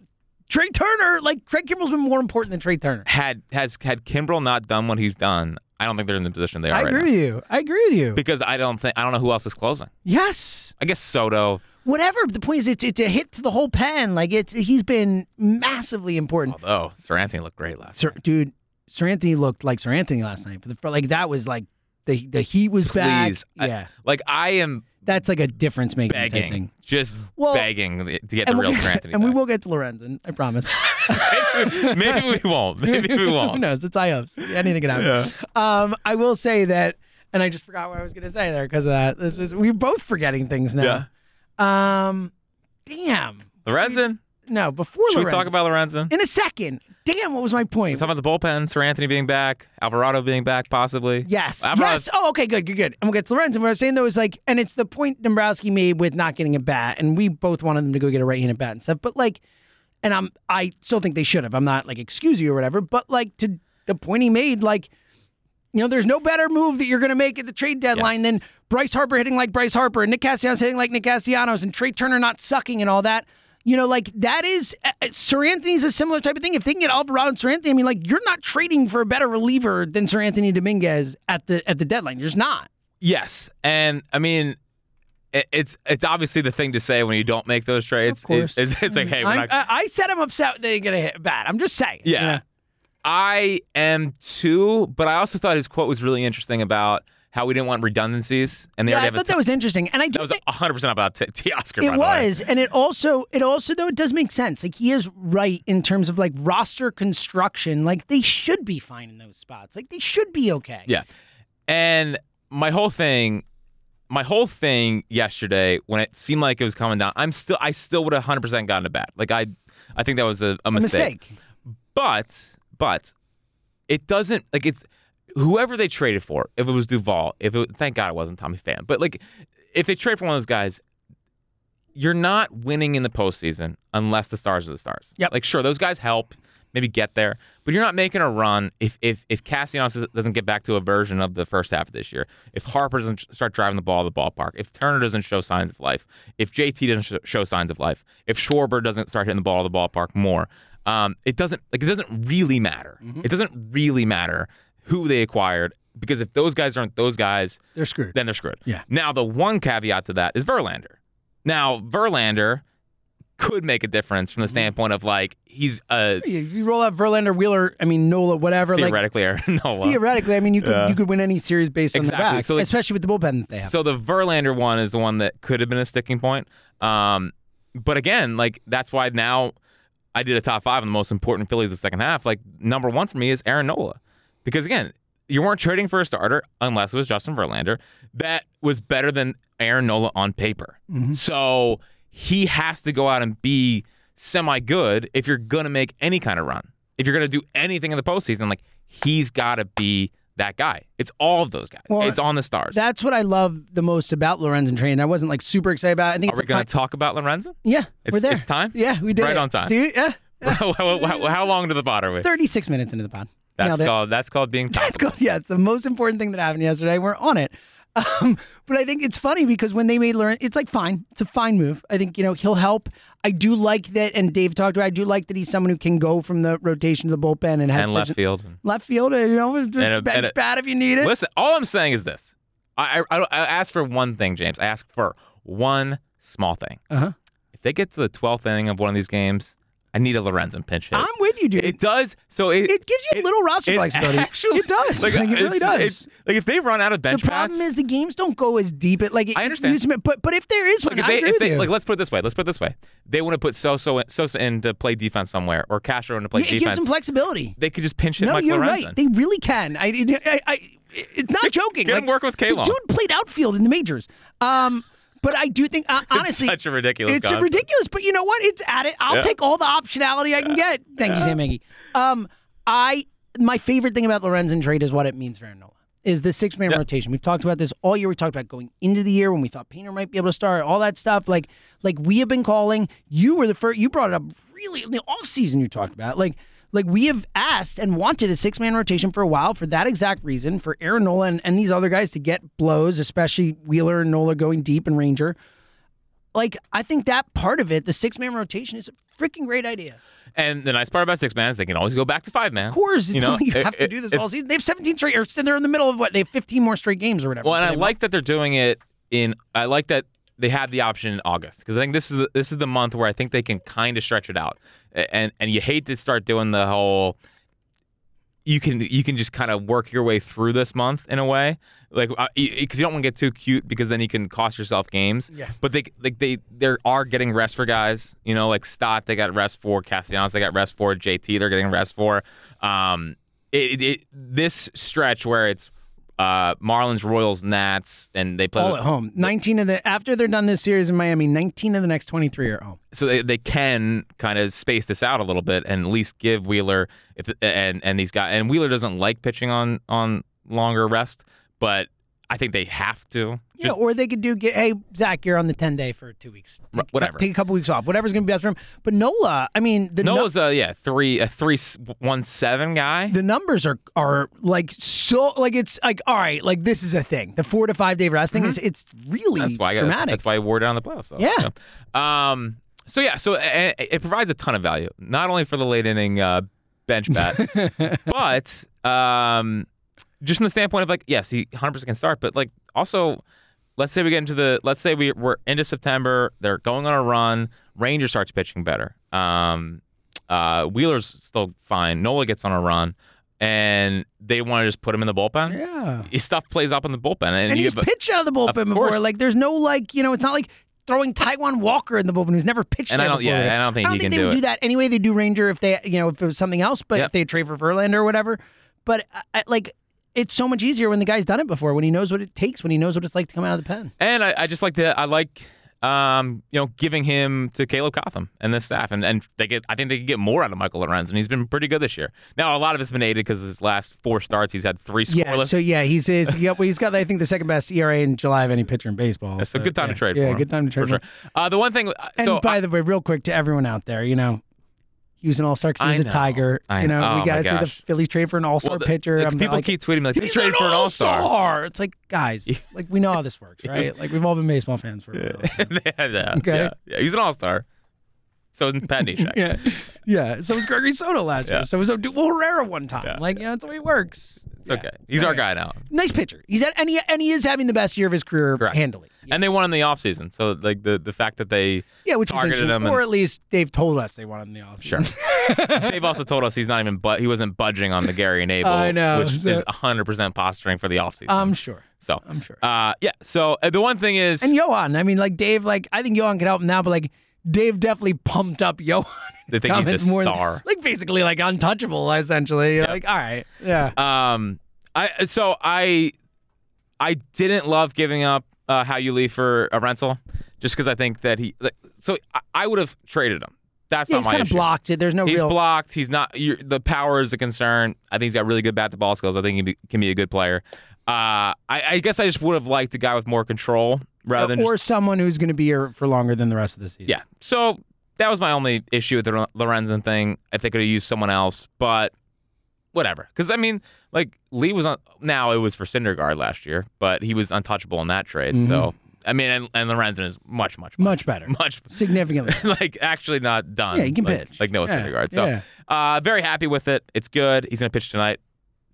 Speaker 2: Trey Turner. Like Craig Kimbrell's been more important than Trey Turner.
Speaker 3: had has had Kimbrell not done what he's done, I don't think they're in the position they are
Speaker 2: I
Speaker 3: right
Speaker 2: agree
Speaker 3: now.
Speaker 2: with you. I agree with you.
Speaker 3: Because I don't think I don't know who else is closing.
Speaker 2: yes.
Speaker 3: I guess Soto.
Speaker 2: Whatever. The point is, it's it's a hit to the whole pen. Like it's he's been massively important.
Speaker 3: Although Sir Anthony looked great last.
Speaker 2: Sir, dude, Sir Anthony looked like Sir Anthony last night. For the, for like that was like the the heat was back.
Speaker 3: Please, I-
Speaker 2: yeah,
Speaker 3: Like I am
Speaker 2: that's like a difference making type
Speaker 3: begging,
Speaker 2: thing.
Speaker 3: just
Speaker 2: Well,
Speaker 3: begging the- to get the
Speaker 2: we'll
Speaker 3: real
Speaker 2: get,
Speaker 3: Sir
Speaker 2: [laughs]
Speaker 3: Anthony.
Speaker 2: and we
Speaker 3: back.
Speaker 2: will get to Lorenzen. I promise.
Speaker 3: [laughs] maybe we won't. [laughs] Maybe
Speaker 2: [laughs]
Speaker 3: we
Speaker 2: Who
Speaker 3: won't.
Speaker 2: knows? It's high hopes. Anything can happen. Um, I will say that, and I just forgot what I was going to say there because of that. This is we're both forgetting things now. Um, damn.
Speaker 3: Lorenzen.
Speaker 2: No, before
Speaker 3: Should we
Speaker 2: Lorenzen.
Speaker 3: talk about Lorenzen?
Speaker 2: in a second. Damn, what was my
Speaker 3: We're
Speaker 2: point?
Speaker 3: talking about the bullpen. Sir Anthony being back. Alvarado being back, possibly.
Speaker 2: Yes.
Speaker 3: Alvarado-
Speaker 2: yes. Oh, okay. Good. Good. Good. And we'll get to Lorenzen. What I was saying though is like, and it's the point Dombrowski made with not getting a bat, and we both wanted them to go get a right-handed bat and stuff. But like, and I'm I still think they should have. I'm not like excuse you or whatever. But like to the point he made, like, you know, there's no better move that you're going to make at the trade deadline than Bryce Harper hitting like Bryce Harper and Nick Castellanos hitting like Nick Castellanos and Trey Turner not sucking and all that. You know, like that is uh, uh, Sir Anthony's a similar type of thing. If they can get Alvarado and Sir Anthony, I mean, like you're not trading for a better reliever than Sir Anthony Dominguez at the at the deadline. You're just not.
Speaker 3: Yes, and I mean, it, it's it's obviously the thing to say when you don't make those trades.
Speaker 2: course.
Speaker 3: Is, is- it's like, hey, we're
Speaker 2: I'm-
Speaker 3: not.
Speaker 2: I, I said I'm upset they get a hit bat. I'm just saying.
Speaker 3: yeah,
Speaker 2: you know?
Speaker 3: I am too. But I also thought his quote was really interesting about how we didn't want redundancies, and they
Speaker 2: Yeah, I
Speaker 3: already
Speaker 2: thought
Speaker 3: have.
Speaker 2: that was interesting, and I do
Speaker 3: a,
Speaker 2: think
Speaker 3: that was 100 percent about T- Teoscar. by
Speaker 2: It
Speaker 3: the way.
Speaker 2: was, and it also it also though it does make sense. Like he is right in terms of like roster construction. Like they should be fine in those spots. Like they should be okay.
Speaker 3: Yeah. And my whole thing, my whole thing yesterday, when it seemed like it was coming down, I'm still, I still would have 100% gotten a bat. Like I, I think that was a, a
Speaker 2: A
Speaker 3: mistake.
Speaker 2: mistake.
Speaker 3: But, but, it doesn't like it's whoever they traded for. If it was Duval, if it thank God it wasn't Tommy Pham, but like if they trade for one of those guys. You're not winning in the postseason unless the stars are the stars.
Speaker 2: Yep.
Speaker 3: Like sure, those guys help, maybe get there, but you're not making a run if if if Castellanos doesn't get back to a version of the first half of this year. If Harper doesn't start driving the ball to the ballpark, if Turner doesn't show signs of life, if JT doesn't sh- show signs of life, if Schwarber doesn't start hitting the ball to the ballpark more, um, it doesn't like it doesn't really matter. It doesn't really matter who they acquired because if those guys aren't those guys,
Speaker 2: They're screwed.
Speaker 3: then they're screwed.
Speaker 2: Yeah.
Speaker 3: Now the one caveat to that is Verlander. Now Verlander could make a difference
Speaker 2: Mm-hmm.
Speaker 3: from the standpoint of like he's a
Speaker 2: if you roll out Verlander, Wheeler, I mean Nola, whatever.
Speaker 3: theoretically Aaron [laughs] Nola.
Speaker 2: Like, theoretically, I mean you could you could win any series based on
Speaker 3: Exactly.
Speaker 2: the back,
Speaker 3: So, like-
Speaker 2: especially with the bullpen that they have.
Speaker 3: So the Verlander one is the one that could have been a sticking point. Um, but again, like that's why now I did a top five on the most important Phillies of the second half. Like number one for me is Aaron Nola, because again, you weren't trading for a starter unless it was Justin Verlander. That was better than Aaron Nola on paper.
Speaker 2: Mm-hmm.
Speaker 3: So he has to go out and be semi good if you're gonna make any kind of run. If you're gonna do anything in the postseason, like he's gotta be that guy. It's all of those guys.
Speaker 2: Well,
Speaker 3: it's on the stars.
Speaker 2: That's what I love the most about Lorenzen Train. I wasn't like super excited about. It. I think
Speaker 3: Are
Speaker 2: it's
Speaker 3: we
Speaker 2: a
Speaker 3: going
Speaker 2: fi-
Speaker 3: to talk
Speaker 2: [laughs]
Speaker 3: about Lorenzo?
Speaker 2: yeah,
Speaker 3: It's-
Speaker 2: we're there.
Speaker 3: it's time?
Speaker 2: Yeah, we did
Speaker 3: Right
Speaker 2: it.
Speaker 3: on time.
Speaker 2: See, yeah, yeah.
Speaker 3: [laughs] how, how- how long to the pot are we?
Speaker 2: thirty six minutes into the pod.
Speaker 3: That's
Speaker 2: Nailed it.
Speaker 3: called that's called being
Speaker 2: [laughs]
Speaker 3: top.
Speaker 2: That's good. Yeah, it's the most important thing that happened yesterday. We're on it. Um, but I think it's funny because when they made Lauren, it's like fine. It's a fine move. I think you know he'll help. I do like that, and Dave talked about. it, I do like that he's someone who can go from the rotation to the bullpen and has
Speaker 3: and left
Speaker 2: pitch-
Speaker 3: field.
Speaker 2: left field, and you know
Speaker 3: a-
Speaker 2: bench
Speaker 3: and a-
Speaker 2: bat if you need it.
Speaker 3: Listen, all I'm saying is this: I I, I I ask for one thing, James. I ask for one small thing.
Speaker 2: Uh-huh.
Speaker 3: If they get to the twelfth inning of one of these games, I need a Lorenzen pinch hit.
Speaker 2: I'm with you, dude.
Speaker 3: it does. So it
Speaker 2: It gives you a little roster
Speaker 3: it
Speaker 2: flexibility.
Speaker 3: Actually,
Speaker 2: It does. Like, it really
Speaker 3: it's-
Speaker 2: does.
Speaker 3: it- like if they run out of
Speaker 2: the
Speaker 3: bench
Speaker 2: problem
Speaker 3: bats,
Speaker 2: is the games don't go as deep. At, like it,
Speaker 3: I
Speaker 2: it
Speaker 3: understand.
Speaker 2: used to- but but if there is one,
Speaker 3: Like if
Speaker 2: I
Speaker 3: they,
Speaker 2: agree
Speaker 3: if
Speaker 2: with
Speaker 3: they
Speaker 2: you.
Speaker 3: like, let's put it this way. Let's put it this way. They want to put Soso in, Sosa in to play defense somewhere, or Castro in to play
Speaker 2: Yeah, it
Speaker 3: defense.
Speaker 2: gives them flexibility.
Speaker 3: they could just pinch hit
Speaker 2: no,
Speaker 3: Mike
Speaker 2: you're
Speaker 3: Lorenzen.
Speaker 2: right. They really can. I, I, I, I it's not joking.
Speaker 3: get him
Speaker 2: like,
Speaker 3: work with
Speaker 2: The
Speaker 3: Kalon.
Speaker 2: dude played outfield in the majors. Um, But I do think, uh, honestly,
Speaker 3: such a ridiculous
Speaker 2: It's a
Speaker 3: concept.
Speaker 2: ridiculous, but you know what? It's at it. I'll
Speaker 3: Yeah.
Speaker 2: take all the optionality I can get. Thank you, Sam Maggie. Um, I my favorite thing about Lorenzen trade is what it means for Nola. Is the six man
Speaker 3: Yeah.
Speaker 2: rotation? We've talked about this all year. We talked about going into the year when we thought Painter might be able to start, all that stuff. Like, like we have been calling. You were the first. You brought it up really in the off season. You talked about it. like, like we have asked and wanted a six man rotation for a while for that exact reason for Aaron Nola and, and these other guys to get blows, especially Wheeler and Nola going deep and Ranger like I think that part of it, the six man rotation, is a freaking great idea.
Speaker 3: And the nice part about six man is they can always go back to five man.
Speaker 2: Of course, it's
Speaker 3: you know,
Speaker 2: only you
Speaker 3: if-
Speaker 2: have to do this
Speaker 3: if-
Speaker 2: all season. They have 17 straight, or they're in the middle of what? They have 15 more straight games or whatever.
Speaker 3: Well, and I
Speaker 2: They-
Speaker 3: like that they're doing it in. I like that they have the option in August because I think this is the, this is the month where I think they can kind of stretch it out. A- And and you hate to start doing the whole. You can you can just kind of work your way through this month in a way, like uh, because you don't want to get too cute because then you can cost yourself games.
Speaker 2: Yeah.
Speaker 3: But they like they there are getting rest for guys. You know, like Stott they got rest for, Castellanos they got rest for, JT they're getting rest for. Um, it, it, it this stretch where it's uh, Marlins, Royals, Nats, and they play
Speaker 2: all at home. 19 of the after they're done this series in Miami, 19 of the next 23 are at home.
Speaker 3: so they, they can kind of space this out a little bit and at least give Wheeler if and and these guys and Wheeler doesn't like pitching on on longer rest, but I think they have to.
Speaker 2: Yeah, or they could do get hey Zach, you're on the 10 day for two weeks.
Speaker 3: Right,
Speaker 2: Take-
Speaker 3: whatever.
Speaker 2: Take a couple weeks off, whatever's gonna be best for him. But Nola, I mean, the
Speaker 3: Noah's a yeah three a three s- one seven guy.
Speaker 2: the numbers are are like so like it's like all right like this is a thing the four to five day rest thing is it's really
Speaker 3: Mm-hmm. That's why I got,
Speaker 2: dramatic
Speaker 3: That's why I wore down the playoffs. though.
Speaker 2: Yeah.
Speaker 3: So, um. So yeah. So it, it provides a ton of value, not only for the late inning uh,
Speaker 2: [laughs]
Speaker 3: bench bat, but um, just from the standpoint of like, yes, he 100 percent can start, but like also, let's say we get into the, let's say we we're into September, they're going on a run, Ranger starts pitching better. Um, uh, Wheeler's still fine. Nola gets on a run, and they want to just put him in the bullpen.
Speaker 2: yeah
Speaker 3: His stuff plays up in the bullpen, and,
Speaker 2: and
Speaker 3: you
Speaker 2: he's
Speaker 3: have a-
Speaker 2: pitched out of the bullpen
Speaker 3: Of
Speaker 2: before.
Speaker 3: course.
Speaker 2: Like, there's no like, you know, it's not like throwing Taiwan Walker in the bullpen who's never pitched.
Speaker 3: And I
Speaker 2: there
Speaker 3: don't-
Speaker 2: before.
Speaker 3: yeah, I don't think he can
Speaker 2: they
Speaker 3: do
Speaker 2: would
Speaker 3: it.
Speaker 2: do that anyway. They do Ranger if they, you know, if it was something else, but
Speaker 3: Yep.
Speaker 2: if they trade for Verlander or whatever. But I, I, like, it's so much easier when the guy's done it before, when he knows what it takes, when he knows what it's like to come out of the pen.
Speaker 3: And I, I just like to I like um, you know, giving him to Caleb Cotham and this staff, and and they get. I think they could get more out of Michael Lorenz, and he's been pretty good this year. Now a lot of it's been aided because his last four starts, he's had three scoreless.
Speaker 2: Yeah. So yeah, he's is. Yep. Well, he's got I think the second best ERA in July of any pitcher in baseball.
Speaker 3: That's a good time
Speaker 2: yeah,
Speaker 3: to trade.
Speaker 2: Yeah,
Speaker 3: for him,
Speaker 2: good time to trade.
Speaker 3: for
Speaker 2: for
Speaker 3: sure.
Speaker 2: him.
Speaker 3: Uh, the one thing,
Speaker 2: And
Speaker 3: so
Speaker 2: by
Speaker 3: I-
Speaker 2: the way, real quick to everyone out there, you know. He was an all star because
Speaker 3: I
Speaker 2: he was
Speaker 3: know.
Speaker 2: a Tiger.
Speaker 3: I
Speaker 2: you know,
Speaker 3: know. Oh,
Speaker 2: we
Speaker 3: my
Speaker 2: gotta say the
Speaker 3: gosh.
Speaker 2: Phillies trade for an all star
Speaker 3: well, the-
Speaker 2: pitcher.
Speaker 3: like,
Speaker 2: I'm
Speaker 3: people
Speaker 2: like,
Speaker 3: keep tweeting me like they
Speaker 2: He's
Speaker 3: traded
Speaker 2: an
Speaker 3: for an all star.
Speaker 2: all-star. It's like, guys, like we know how this works, right? Like we've all been baseball fans for a while.
Speaker 3: [laughs] yeah, [laughs]
Speaker 2: Okay.
Speaker 3: yeah, yeah, he's an all star.
Speaker 2: [laughs]
Speaker 3: So is Pat Neshek.
Speaker 2: [laughs] Yeah, yeah. So was Gregory Soto last
Speaker 3: Yeah.
Speaker 2: year. So was Odubel Herrera one time.
Speaker 3: Yeah.
Speaker 2: Like, yeah, that's the way it works.
Speaker 3: It's okay. He's our guy now.
Speaker 2: Nice pitcher. He's at and he and he is having the best year of his career
Speaker 3: Correct.
Speaker 2: handily. Yeah,
Speaker 3: And they won in the offseason. So like the the fact that they
Speaker 2: yeah which is
Speaker 3: targeted him
Speaker 2: interesting.
Speaker 3: and-
Speaker 2: Or at least they've told us they want him in the offseason.
Speaker 3: Sure. Dave also told us he's not even but he wasn't budging on McGarry and Abel,
Speaker 2: I know, Uh,
Speaker 3: which
Speaker 2: so-
Speaker 3: is 100% posturing for the offseason.
Speaker 2: [laughs] I'm sure.
Speaker 3: so,
Speaker 2: I'm sure.
Speaker 3: uh, yeah. So uh, the one thing is,
Speaker 2: and Johan, I mean, like Dave, like I think Johan can help him now, but like Dave definitely pumped up Johan. [laughs] in
Speaker 3: They
Speaker 2: his
Speaker 3: think he's a
Speaker 2: comments more than-
Speaker 3: star.
Speaker 2: like basically like untouchable, essentially. You're Like, all right, yeah.
Speaker 3: um, I so I I didn't love giving up uh, how you leave for a rental, just because I think that he. Like, so I, I would have traded him. That's
Speaker 2: Yeah,
Speaker 3: not
Speaker 2: he's
Speaker 3: my
Speaker 2: kind of
Speaker 3: issue.
Speaker 2: blocked it. There's no
Speaker 3: He's
Speaker 2: real.
Speaker 3: blocked. He's not. You're, the power is a concern. I think he's got really good bat to ball skills. I think he be, can be a good player. Uh, I, I guess I just would have liked a guy with more control rather than
Speaker 2: or
Speaker 3: just
Speaker 2: someone who's going to be here for longer than the rest of the season.
Speaker 3: Yeah. So that was my only issue with the Lo- Lorenzen thing. If they could have used someone else, but whatever. Because I mean, like Lee was on. Now it was for Syndergaard last year, but he was untouchable in that trade. So I mean, and, and Lorenzen is much, much,
Speaker 2: Mm-hmm. Much better.
Speaker 3: much
Speaker 2: [laughs]
Speaker 3: [laughs]
Speaker 2: Significantly.
Speaker 3: like actually not done.
Speaker 2: Yeah, he can
Speaker 3: like,
Speaker 2: pitch.
Speaker 3: Like Noah
Speaker 2: Yeah,
Speaker 3: Syndergaard. So
Speaker 2: yeah.
Speaker 3: uh, very happy with it. It's good. He's gonna pitch tonight,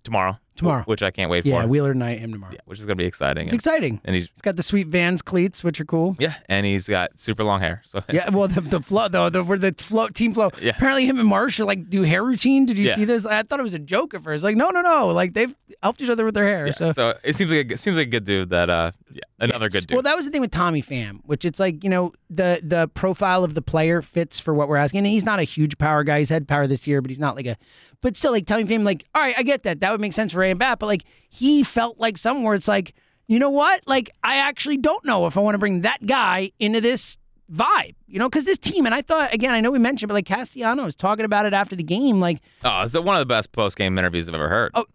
Speaker 3: tomorrow,
Speaker 2: Tomorrow.
Speaker 3: which I can't wait
Speaker 2: yeah,
Speaker 3: for.
Speaker 2: Wheeler tonight, him tomorrow.
Speaker 3: Yeah, which is gonna be exciting.
Speaker 2: It's
Speaker 3: And-
Speaker 2: exciting.
Speaker 3: and he's
Speaker 2: He's got the sweet Vans cleats, which are cool.
Speaker 3: yeah, and he's got super long hair. So
Speaker 2: Yeah, well, the the flow though, the, where the flow team flow.
Speaker 3: Yeah.
Speaker 2: Apparently, him and Marsh are like do hair routine. Did you
Speaker 3: Yeah.
Speaker 2: see this? I thought it was a joke at first. Like, no, no, no. Like they've helped each other with their hair.
Speaker 3: [laughs] Yeah,
Speaker 2: so.
Speaker 3: so, it seems like a, seems like a good dude that uh yeah, another good dude.
Speaker 2: Well, that was the thing with Tommy Pham, which it's like you know the the profile of the player fits for what we're asking. And he's not a huge power guy. He's had power this year, but he's not like a. But still, like Tommy Pham, like all right, I get that. That would make sense for Ray and Bat, but like he felt like somewhere it's like you know what? Like, I actually don't know if I want to bring that guy into this vibe, you know, because this team, and I thought, again, I know we mentioned, but like Castellano was talking about it after the game. Like,
Speaker 3: Oh, it's one of the best post game interviews I've ever heard.
Speaker 2: Oh,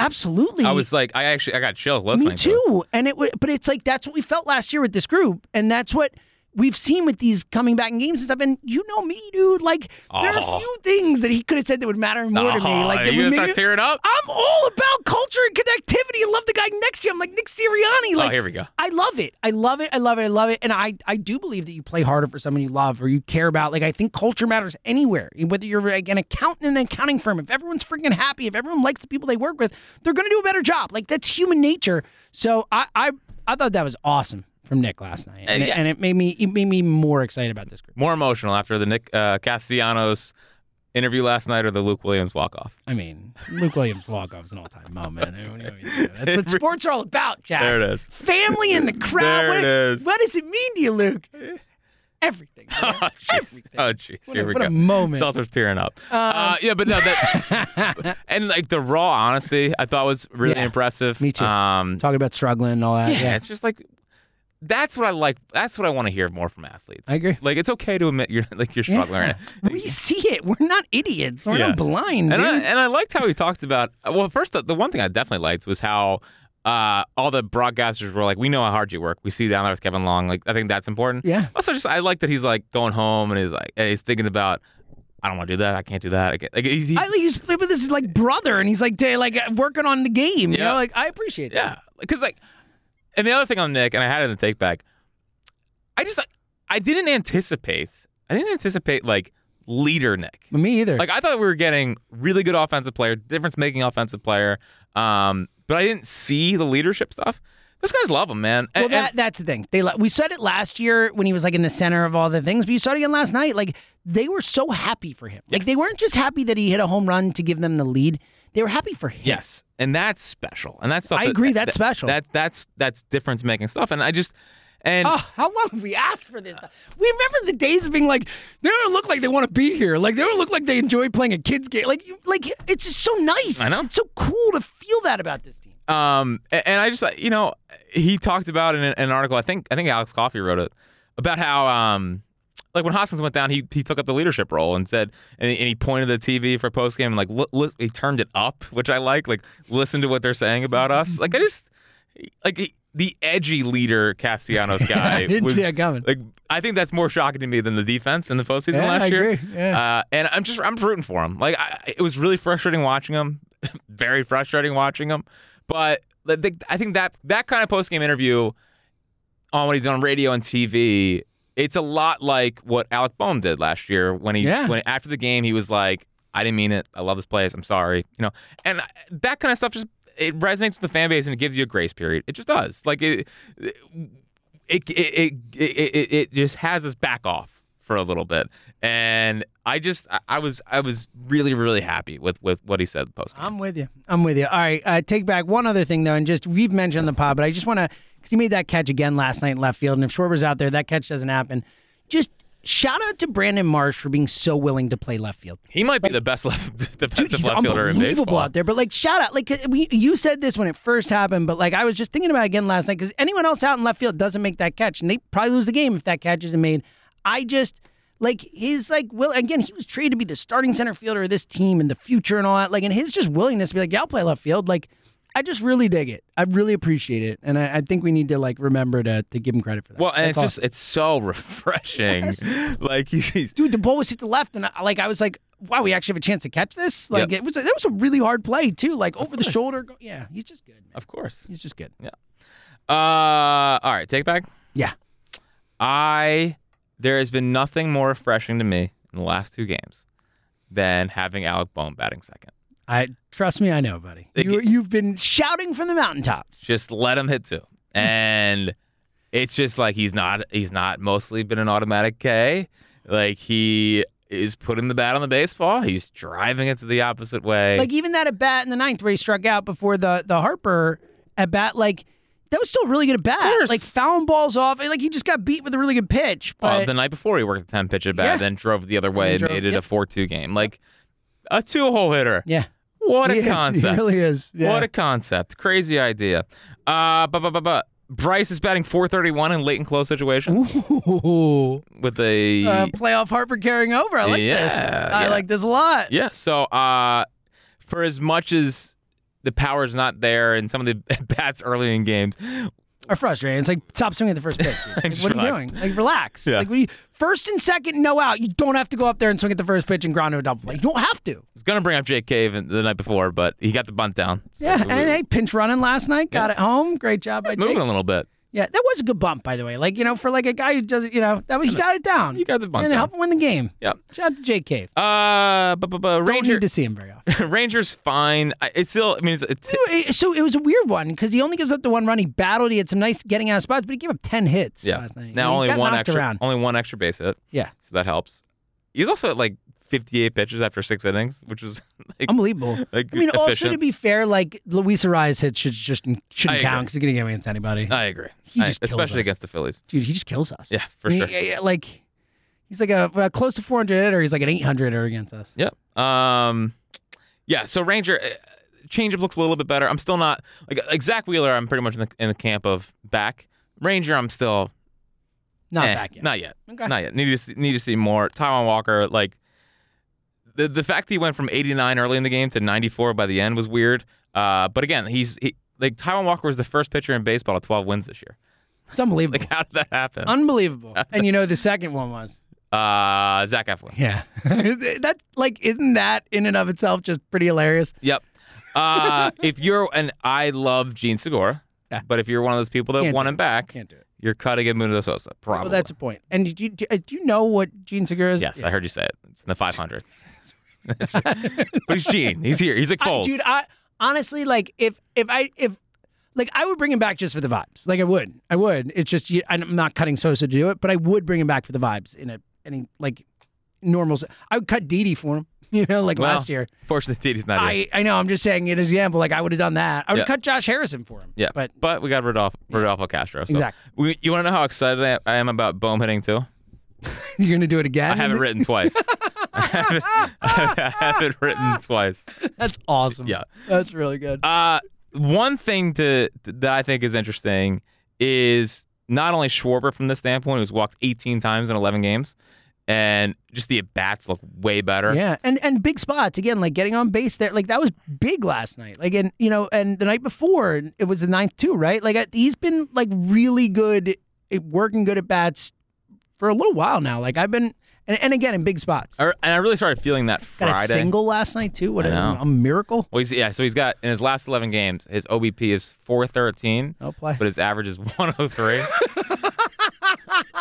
Speaker 2: absolutely.
Speaker 3: I was like, I actually, I got chills listening.
Speaker 2: Me
Speaker 3: to it.
Speaker 2: too. And it wa- but it's like that's what we felt last year with this group, and that's what we've seen with these coming back in games and stuff. And you know me, dude. Like there are
Speaker 3: Aw.
Speaker 2: a few things that he could have said that would matter more to me.
Speaker 3: Aw,
Speaker 2: Like that
Speaker 3: Oh, you
Speaker 2: would
Speaker 3: gonna
Speaker 2: make
Speaker 3: start
Speaker 2: me-
Speaker 3: tearing up?
Speaker 2: I'm all about culture and connectivity. I love the guy next to you. I'm like Nick Sirianni. Like
Speaker 3: oh, here we go.
Speaker 2: I love it. I love it. I love it. I love it. And I, I do believe that you play harder for someone you love or you care about. Like I think culture matters anywhere. Whether you're like an accountant in an accounting firm, if everyone's freaking happy, if everyone likes the people they work with, they're gonna do a better job. Like that's human nature. So I I, I thought that was awesome from Nick last night. And, it,
Speaker 3: Uh, yeah.
Speaker 2: and it made me it made me more excited about this group.
Speaker 3: More emotional after the Nick uh, Castellanos interview last night or the Luke Williams walk off.
Speaker 2: I mean, Luke Williams walk off is an all time moment. I mean, what do you want me to do? That's
Speaker 3: [laughs] It
Speaker 2: what
Speaker 3: re-
Speaker 2: sports are all about, Jack.
Speaker 3: There it is.
Speaker 2: Family in the crowd.
Speaker 3: There
Speaker 2: what,
Speaker 3: it is.
Speaker 2: what does it mean to you, Luke? Everything. [laughs]
Speaker 3: Oh, [laughs]
Speaker 2: man.
Speaker 3: jeez.
Speaker 2: Everything.
Speaker 3: Oh, jeez.
Speaker 2: What a-
Speaker 3: Here we
Speaker 2: what
Speaker 3: go.
Speaker 2: a moment. Um,
Speaker 3: Seltzer's tearing up. uh, yeah, but no,
Speaker 2: [laughs]
Speaker 3: that. and like the raw honesty, I thought was really
Speaker 2: Yeah.
Speaker 3: impressive.
Speaker 2: Me too.
Speaker 3: Um,
Speaker 2: Talking about struggling and all that.
Speaker 3: yeah, it's just like that's what I like. That's what I want to hear more from athletes.
Speaker 2: I agree.
Speaker 3: Like it's okay to admit you're [laughs] like you're
Speaker 2: [laughs]
Speaker 3: struggling. Right now.
Speaker 2: We see it. We're not idiots. We're
Speaker 3: Yeah.
Speaker 2: not blind,
Speaker 3: And
Speaker 2: dude.
Speaker 3: I, and I liked how he talked about. Well, first the, the one thing I definitely liked was how uh, all the broadcasters were like, "We know how hard you work. We see you down there with Kevin Long. Like I think that's important."
Speaker 2: Yeah.
Speaker 3: Also, just I like that he's like going home and he's like and he's thinking about. I don't want to do that. I can't do that. I can't. Like, he's, he-
Speaker 2: I like he's playing with his like brother, and he's like day like uh, working on the game. You
Speaker 3: Yeah.
Speaker 2: know, like I appreciate
Speaker 3: [laughs] Yeah,
Speaker 2: that.
Speaker 3: because like, and the other thing on Nick, and I had it in the take back. I just like, I didn't anticipate. I didn't anticipate like leader Nick.
Speaker 2: Yeah, me either.
Speaker 3: Like I thought we were getting really good offensive player, difference making offensive player. Um, but I didn't see the leadership stuff. Those guys love him, man. And-
Speaker 2: well, that,
Speaker 3: and-
Speaker 2: that's the thing. They li- we said it last year when he was like in the center of all the things, but you saw it again last night. Like they were so happy for him. Like
Speaker 3: Yes.
Speaker 2: they weren't just happy that he hit a home run to give them the lead. They were happy for him.
Speaker 3: yes, and that's special. And that's stuff
Speaker 2: I
Speaker 3: that-
Speaker 2: agree,
Speaker 3: that-
Speaker 2: that's special.
Speaker 3: That's that's that's difference making stuff. And I just and
Speaker 2: [laughs] Oh, how long have we asked for this? We remember the days of being like, they don't look like they want to be here. Like they don't look like they enjoy playing a kids game. Like, you- like it's just so nice.
Speaker 3: I know.
Speaker 2: It's so cool to feel that about this team.
Speaker 3: Um, a- and I just like, you know he talked about in an, an article I think I think Alex Coffey wrote it about how um like when Hoskins went down he he took up the leadership role and said and he, and he pointed to the TV for post game and like look li- he turned it up which I like like listen to what they're saying
Speaker 2: [laughs]
Speaker 3: about us like I just like he, the edgy leader
Speaker 2: [laughs]
Speaker 3: Castellanos guy
Speaker 2: didn't
Speaker 3: was
Speaker 2: see that coming.
Speaker 3: like I think that's more shocking to me than the defense in the postseason
Speaker 2: Yeah,
Speaker 3: last
Speaker 2: I
Speaker 3: year.
Speaker 2: agree. Yeah.
Speaker 3: Uh, and I'm just I'm rooting for him. Like I, it was really frustrating watching him, [laughs] very frustrating watching him. But I think- I think that that kind of post game interview on what he's done on radio and TV, it's a lot like what Alec Boehm did last year when he
Speaker 2: Yeah.
Speaker 3: when after the game he was like, I didn't mean it. I love this place. I'm sorry. You know, and I- that kind of stuff just it resonates with the fan base and it gives you a grace period. It just does. Like it it it it, it, it, it just has us back off for a little bit. And I just I, I was I was really really happy with with what he said post.
Speaker 2: I'm with you. I'm with you. All right. Uh, take back one other thing, though, and just we've mentioned on the pod, but I just want to, because he made that catch again last night in left field. And if Schwarber's out there, that catch doesn't happen. Just shout out to Brandon Marsh for being so willing to play left field.
Speaker 3: He might be the best left [laughs] defensive
Speaker 2: Dude, he's
Speaker 3: left fielder in
Speaker 2: unbelievable
Speaker 3: baseball.
Speaker 2: out there. But like, shout out, like uh, we, you said this when it first happened, but like I was just thinking about it again last night because anyone else out in left field doesn't make that catch, and they probably lose the game if that catch isn't made. I just like his like will again. He was trained to be the starting center fielder of this team and the future and all that. Like, and his just willingness to be like, yeah, I'll play left field. Like, I just really dig it. I really appreciate it, and I, I think we need to like remember to to give him credit for that.
Speaker 3: Well, and
Speaker 2: That's
Speaker 3: it's
Speaker 2: awesome.
Speaker 3: just it's so [laughs] refreshing. Like he's, he's
Speaker 2: dude, the ball was hit to left, and I, like I was like, wow, we actually have a chance to catch this. Like it was that was a really hard play too, like over the shoulder. Go- Yeah, he's just good. Man.
Speaker 3: of course.
Speaker 2: He's just good.
Speaker 3: Uh, all right, take back.
Speaker 2: Yeah.
Speaker 3: I there has been nothing more refreshing to me in the last two games than having Alec Bohm batting second.
Speaker 2: I trust me, I know, buddy.
Speaker 3: Like-
Speaker 2: You, you've been shouting from the mountaintops.
Speaker 3: Just let him hit two,
Speaker 2: Hmm.
Speaker 3: and it's just like he's not he's not mostly been an automatic K. Like he is putting the bat on the baseball. He's driving it to the opposite way.
Speaker 2: Like even that at bat in the ninth where he struck out before the the Harper at bat, like that was still a really good at bat.
Speaker 3: course. Oh,
Speaker 2: Like fouling balls off, and, like he just got beat with a really good pitch.
Speaker 3: Well,
Speaker 2: But
Speaker 3: Uh, the night before he worked the ten pitch at bat,
Speaker 2: Yeah.
Speaker 3: then drove the other way, and
Speaker 2: drove-
Speaker 3: made it
Speaker 2: yep.
Speaker 3: a four two game. Like a two hole hitter.
Speaker 2: yeah,
Speaker 3: What
Speaker 2: [laughs]
Speaker 3: a
Speaker 2: He is.
Speaker 3: concept!
Speaker 2: He really is. Yeah.
Speaker 3: What a concept. Crazy idea. Uh, but, but, but, but Bryce is batting 431 in late and close situations
Speaker 2: Ooh.
Speaker 3: with
Speaker 2: [laughs]
Speaker 3: a.
Speaker 2: Uh, playoff Hartford carrying over. I like this.
Speaker 3: Yeah,
Speaker 2: I
Speaker 3: yeah.
Speaker 2: like this a lot.
Speaker 3: yeah, so uh, for as much as the power's not there and some of the [laughs] bats early in games,
Speaker 2: Are frustrating. It's like stop swinging at the [laughs] first pitch. Like,
Speaker 3: Just
Speaker 2: what are you
Speaker 3: relax.
Speaker 2: doing? Like relax.
Speaker 3: Yeah.
Speaker 2: Like what are you, first and second, no out. You don't have to go up there and swing at the first pitch and ground to a double play. You don't have to.
Speaker 3: I was going to bring up Jake Cave in- the night before, but he got the bunt down. So
Speaker 2: Yeah,
Speaker 3: we-
Speaker 2: and hey, pinch running last night, got it home. Great job by
Speaker 3: he's
Speaker 2: Jake.
Speaker 3: [laughs] moving a little bit.
Speaker 2: Yeah, that was a good bump, by the way. Like you know, for like a guy who does it, you know, that was you got it down.
Speaker 3: You got the bump
Speaker 2: and it
Speaker 3: down.
Speaker 2: helped him win the game.
Speaker 3: Yep.
Speaker 2: Shout out to Jake Cave.
Speaker 3: Uh, but, but, but
Speaker 2: Don't
Speaker 3: Ranger,
Speaker 2: need to see him very [laughs] often.
Speaker 3: [laughs] Ranger's fine. I- It's still, I mean, it's, it's
Speaker 2: It- So it was a weird one because he only gives up the one run. He battled. He had some nice getting out of spots, but he gave up ten hits
Speaker 3: yeah.
Speaker 2: last night.
Speaker 3: Now
Speaker 2: He
Speaker 3: only
Speaker 2: got
Speaker 3: one
Speaker 2: knocked
Speaker 3: extra,
Speaker 2: around.
Speaker 3: only one extra base hit.
Speaker 2: Yeah,
Speaker 3: so that helps. He's also at like 58 pitches after six innings, which was [laughs] like,
Speaker 2: unbelievable.
Speaker 3: like
Speaker 2: I mean, also
Speaker 3: efficient.
Speaker 2: to be fair, like Luis Ariz hit should just shouldn't count
Speaker 3: I agree.
Speaker 2: because he's gonna get against anybody.
Speaker 3: I agree.
Speaker 2: He
Speaker 3: I-
Speaker 2: just kills
Speaker 3: especially
Speaker 2: us.
Speaker 3: against the Phillies.
Speaker 2: Dude, he just kills us.
Speaker 3: Yeah, for
Speaker 2: I mean,
Speaker 3: sure.
Speaker 2: yeah, yeah, like he's like a, a close to 400 hitter. He's like an 800 hitter against us.
Speaker 3: Yep. Um, yeah. So Ranger uh, changeup looks a little bit better. I'm still not like like Zach Wheeler. I'm pretty much in the in the camp of back. Ranger, I'm still
Speaker 2: Not
Speaker 3: eh,
Speaker 2: back yet.
Speaker 3: Not yet.
Speaker 2: Okay.
Speaker 3: Not yet. Need to see, need to see more. Taiwan Walker, like the the fact that he went from 89 early in the game to 94 by the end was weird. Uh, but again, he's he, like Taiwan Walker was the first pitcher in baseball to 12 wins this year.
Speaker 2: It's unbelievable.
Speaker 3: Like how did that happen? [laughs]
Speaker 2: Unbelievable. and you know the second one was.
Speaker 3: Uh, Zach
Speaker 2: [laughs]
Speaker 3: Eflin.
Speaker 2: Yeah. That's like, isn't that in and of itself just pretty hilarious?
Speaker 3: Yep. Uh, if you're and I love Gene Segura,
Speaker 2: Yeah.
Speaker 3: but if you're one of those people that
Speaker 2: Can't
Speaker 3: want
Speaker 2: do
Speaker 3: him back,
Speaker 2: Can't do it.
Speaker 3: you're cutting Edmundo de Sosa. Probably.
Speaker 2: Well, that's a point. And do you, do you know what Gene Segura is?
Speaker 3: yes, I heard you say it. It's in
Speaker 2: [laughs]
Speaker 3: the 500s. [laughs] but he's Gene. He's here. He's like
Speaker 2: I-
Speaker 3: Foles.
Speaker 2: dude, I honestly like if if I if like I would bring him back just for the vibes. Like I would, I would. It's just you- I'm not cutting Sosa to do it, but I would bring him back for the vibes in a any like normal. s- I would cut Didi for him. [laughs] You know, like
Speaker 3: Well,
Speaker 2: last year.
Speaker 3: Fortunately, he's not here.
Speaker 2: I, I know. I'm just saying an example. Like I would have done that. I would
Speaker 3: Yeah.
Speaker 2: cut Josh Harrison for him.
Speaker 3: Yeah,
Speaker 2: but [laughs]
Speaker 3: we got Rodolfo, Rodolfo Castro. So
Speaker 2: Exactly.
Speaker 3: We, you want to know how excited I, I am about Bohm hitting too?
Speaker 2: you're gonna do it again.
Speaker 3: I have it written twice. [laughs] I have it- I have it
Speaker 2: [laughs]
Speaker 3: written twice.
Speaker 2: [laughs] That's awesome.
Speaker 3: Yeah.
Speaker 2: that's really good.
Speaker 3: Uh, one thing to that I think is interesting is not only Schwarber from this standpoint, who's walked 18 times in 11 games, and just the at bats look way better.
Speaker 2: Yeah, and and big spots again, like getting on base there, like that was big last night. Like and you know, and the night before it was the ninth too, right? Like I, he's been like really good, at working good at bats for a little while now. Like I've been, and, and again in big spots.
Speaker 3: I- and I really started feeling that
Speaker 2: Got
Speaker 3: Friday.
Speaker 2: a single last night too. What
Speaker 3: I
Speaker 2: a,
Speaker 3: know.
Speaker 2: a miracle!
Speaker 3: Well, he's, yeah, so he's got in his last 11 games, his OBP is 413.
Speaker 2: No play,
Speaker 3: but his average
Speaker 2: [laughs]
Speaker 3: is 103.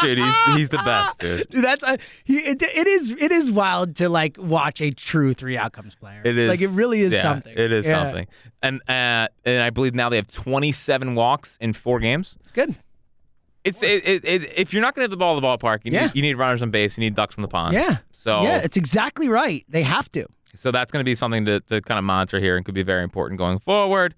Speaker 3: dude, he's, he's the best, dude.
Speaker 2: dude. That's a, he, it, it is it is wild to like watch a true three outcomes player.
Speaker 3: It is
Speaker 2: like it really is
Speaker 3: yeah,
Speaker 2: something.
Speaker 3: It is
Speaker 2: Yeah,
Speaker 3: something, and uh, and I believe now they have 27 walks in four games.
Speaker 2: It's good.
Speaker 3: It's it, it, it, if you're not gonna have the ball in the ballpark, you,
Speaker 2: Yeah.
Speaker 3: need, you need runners on base, you need ducks on the pond.
Speaker 2: Yeah.
Speaker 3: So
Speaker 2: yeah, it's exactly right. They have to.
Speaker 3: so that's gonna be something to, to kind of monitor here and could be very important going forward.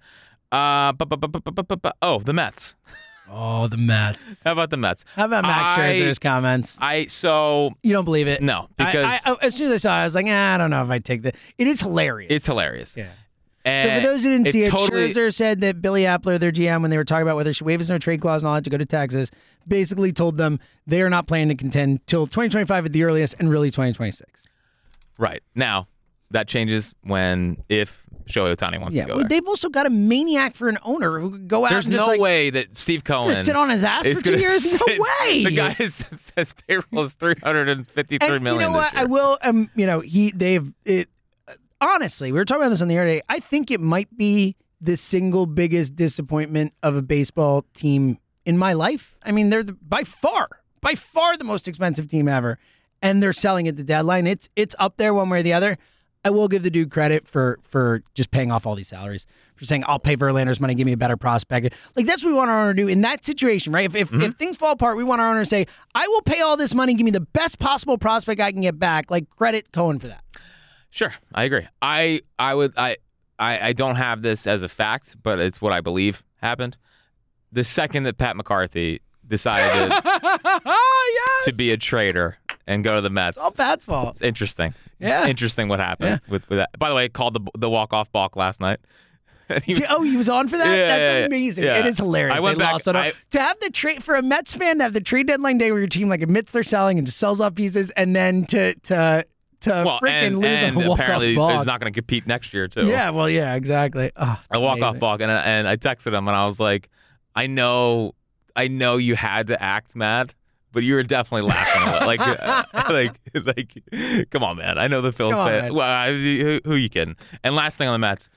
Speaker 3: Uh, but, but, but, but, but, but, but, oh, the Mets. [laughs]
Speaker 2: Oh, the Mets.
Speaker 3: How about the Mets?
Speaker 2: How about Max
Speaker 3: I-
Speaker 2: Scherzer's comments?
Speaker 3: I so
Speaker 2: You don't believe it? I-
Speaker 3: no
Speaker 2: oh.
Speaker 3: because
Speaker 2: I, I- as soon as I saw it, I was like, ah, I don't know if I take that. It is hilarious.
Speaker 3: it's hilarious.
Speaker 2: yeah. So
Speaker 3: And
Speaker 2: for those who didn't
Speaker 3: it's
Speaker 2: see it,
Speaker 3: totally,
Speaker 2: Scherzer said that Billy Appler, their GM, when they were talking about whether he should waive his no trade clause and all that to go to Texas, basically told them they are not planning to contend till 2025 at the earliest, and really 2026.
Speaker 3: Right. Now, that changes when if Shohei Otani wants
Speaker 2: Yeah,
Speaker 3: to go.
Speaker 2: well,
Speaker 3: there.
Speaker 2: they've also got a maniac for an owner who could go out
Speaker 3: There's
Speaker 2: and just
Speaker 3: no
Speaker 2: like
Speaker 3: way that Steve Cohen
Speaker 2: gonna sit on his ass
Speaker 3: is
Speaker 2: for two
Speaker 3: gonna
Speaker 2: years.
Speaker 3: sit-
Speaker 2: no way.
Speaker 3: The guy [laughs] is, says payroll is three hundred and fifty-three
Speaker 2: And
Speaker 3: million.
Speaker 2: You know
Speaker 3: this
Speaker 2: what? I
Speaker 3: year.
Speaker 2: will. Um, you know, he they've it. Honestly, we were talking about this on the air today. I think it might be the single biggest disappointment of a baseball team in my life. I mean, they're the, by far, by far the most expensive team ever, and they're selling at the deadline. It's it's up there one way or the other. I will give the dude credit for for just paying off all these salaries, for saying I'll pay Verlander's money, give me a better prospect. Like that's what we want our owner to do in that situation, right? If if, if things fall apart, we want our owner to say, I will pay all this money, give me the best possible prospect I can get back. Like credit Cohen for that.
Speaker 3: Sure, I agree. I I would I, I I don't have this as a fact, but it's what I believe happened. The second that Pat McCarthy decided
Speaker 2: [laughs]
Speaker 3: [laughs] to,
Speaker 2: yes,
Speaker 3: to be a traitor and go to the Mets,
Speaker 2: all Pat's fault.
Speaker 3: it's interesting.
Speaker 2: Yeah.
Speaker 3: interesting what happened with, with that. By the way, called the the walk off balk last night. [laughs] And [laughs] he-
Speaker 2: Do- oh, he was on for that.
Speaker 3: Yeah,
Speaker 2: That's
Speaker 3: yeah, yeah.
Speaker 2: amazing.
Speaker 3: Yeah.
Speaker 2: It is hilarious.
Speaker 3: I went
Speaker 2: they
Speaker 3: back-
Speaker 2: lost on
Speaker 3: I-
Speaker 2: to have the trade for a Mets fan to have the trade deadline day where your team like admits they're selling and just sells off pieces, and then to to to
Speaker 3: well,
Speaker 2: freaking
Speaker 3: and,
Speaker 2: lose [laughs]
Speaker 3: and
Speaker 2: on a walk
Speaker 3: apparently
Speaker 2: off
Speaker 3: is
Speaker 2: ball.
Speaker 3: not going to compete next year too.
Speaker 2: yeah, well, yeah, exactly. Oh, it's
Speaker 3: I walk off
Speaker 2: amazing.
Speaker 3: balk and I, and I texted him and I was like, I know, I know you had to act mad, but you were definitely laughing a
Speaker 2: [laughs]
Speaker 3: lot. Like, uh, [laughs] like, like, come on, man. I know the Phil's
Speaker 2: Come on,
Speaker 3: fan.
Speaker 2: man.
Speaker 3: Well, I, who, who you kidding? And last thing on the Mets,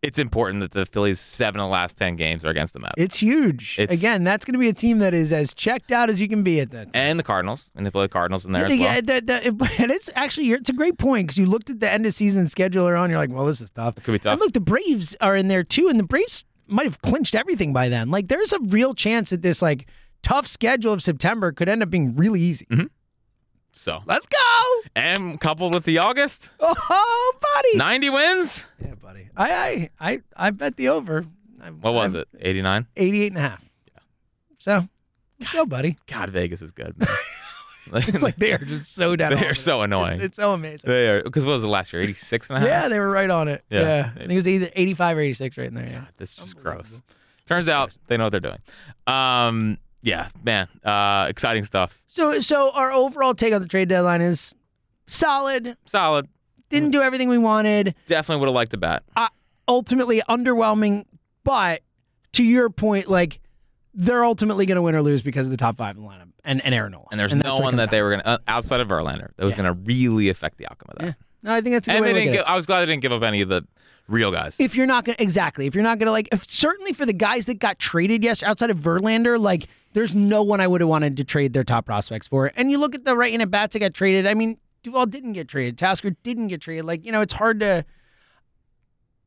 Speaker 3: it's important that the Phillies seven of the last ten games are against the Mets
Speaker 2: It's huge.
Speaker 3: It's-
Speaker 2: Again, that's going to be a team that is as checked out as you can be at that. time.
Speaker 3: and the Cardinals, and they play the Cardinals in there as well.
Speaker 2: Yeah, the- the- [laughs] it- and it's actually you're- it's a great point because you looked at the end of season schedule earlier on, you're like, well, this is tough.
Speaker 3: could be tough.
Speaker 2: And look, the Braves are in there too, and the Braves might have clinched everything by then. Like, there's a real chance that this like tough schedule of September could end up being really easy.
Speaker 3: So,
Speaker 2: Let's go,
Speaker 3: and coupled with the August,
Speaker 2: oh, buddy.
Speaker 3: ninety wins.
Speaker 2: yeah, buddy. I I I, I bet the over. I,
Speaker 3: What was it? Eighty nine.
Speaker 2: 88 and a half. Yeah. So, let's go, buddy.
Speaker 3: God, Vegas is good. Man.
Speaker 2: [laughs] It's like they are just so down.
Speaker 3: [laughs] They are so annoying.
Speaker 2: It's, it's so amazing.
Speaker 3: They are because what was it last year? 86 and a half?
Speaker 2: Yeah, they were right on it.
Speaker 3: Yeah.
Speaker 2: Yeah. I think it was either 85 or 86 right in there. Yeah.
Speaker 3: This is just gross. Turns out they know what they're doing. Um, yeah, man. Uh, exciting stuff.
Speaker 2: So so our overall take on the trade deadline is solid.
Speaker 3: Solid. Mm.
Speaker 2: Didn't do everything we wanted.
Speaker 3: Definitely would have liked the bat.
Speaker 2: Ultimately underwhelming, but to your point like they're ultimately going to win or lose because of the top 5 in the lineup and and Aaron Nola.
Speaker 3: And there's
Speaker 2: that's
Speaker 3: no
Speaker 2: what it
Speaker 3: one
Speaker 2: comes
Speaker 3: that
Speaker 2: down
Speaker 3: they were gonna uh, outside of Verlander that was
Speaker 2: Yeah.
Speaker 3: gonna really affect the outcome of that.
Speaker 2: to. No, I think that's a good
Speaker 3: And
Speaker 2: way
Speaker 3: they
Speaker 2: to look
Speaker 3: didn't.
Speaker 2: at
Speaker 3: Give,
Speaker 2: it.
Speaker 3: I was glad they didn't give up any of the real guys.
Speaker 2: if you're not gonna exactly if you're not gonna like if, certainly for the guys that got traded yes outside of Verlander like there's no one I would have wanted to trade their top prospects for and you look at the right handed bats that got traded I mean Duval didn't get traded Tasker didn't get traded like you know it's hard to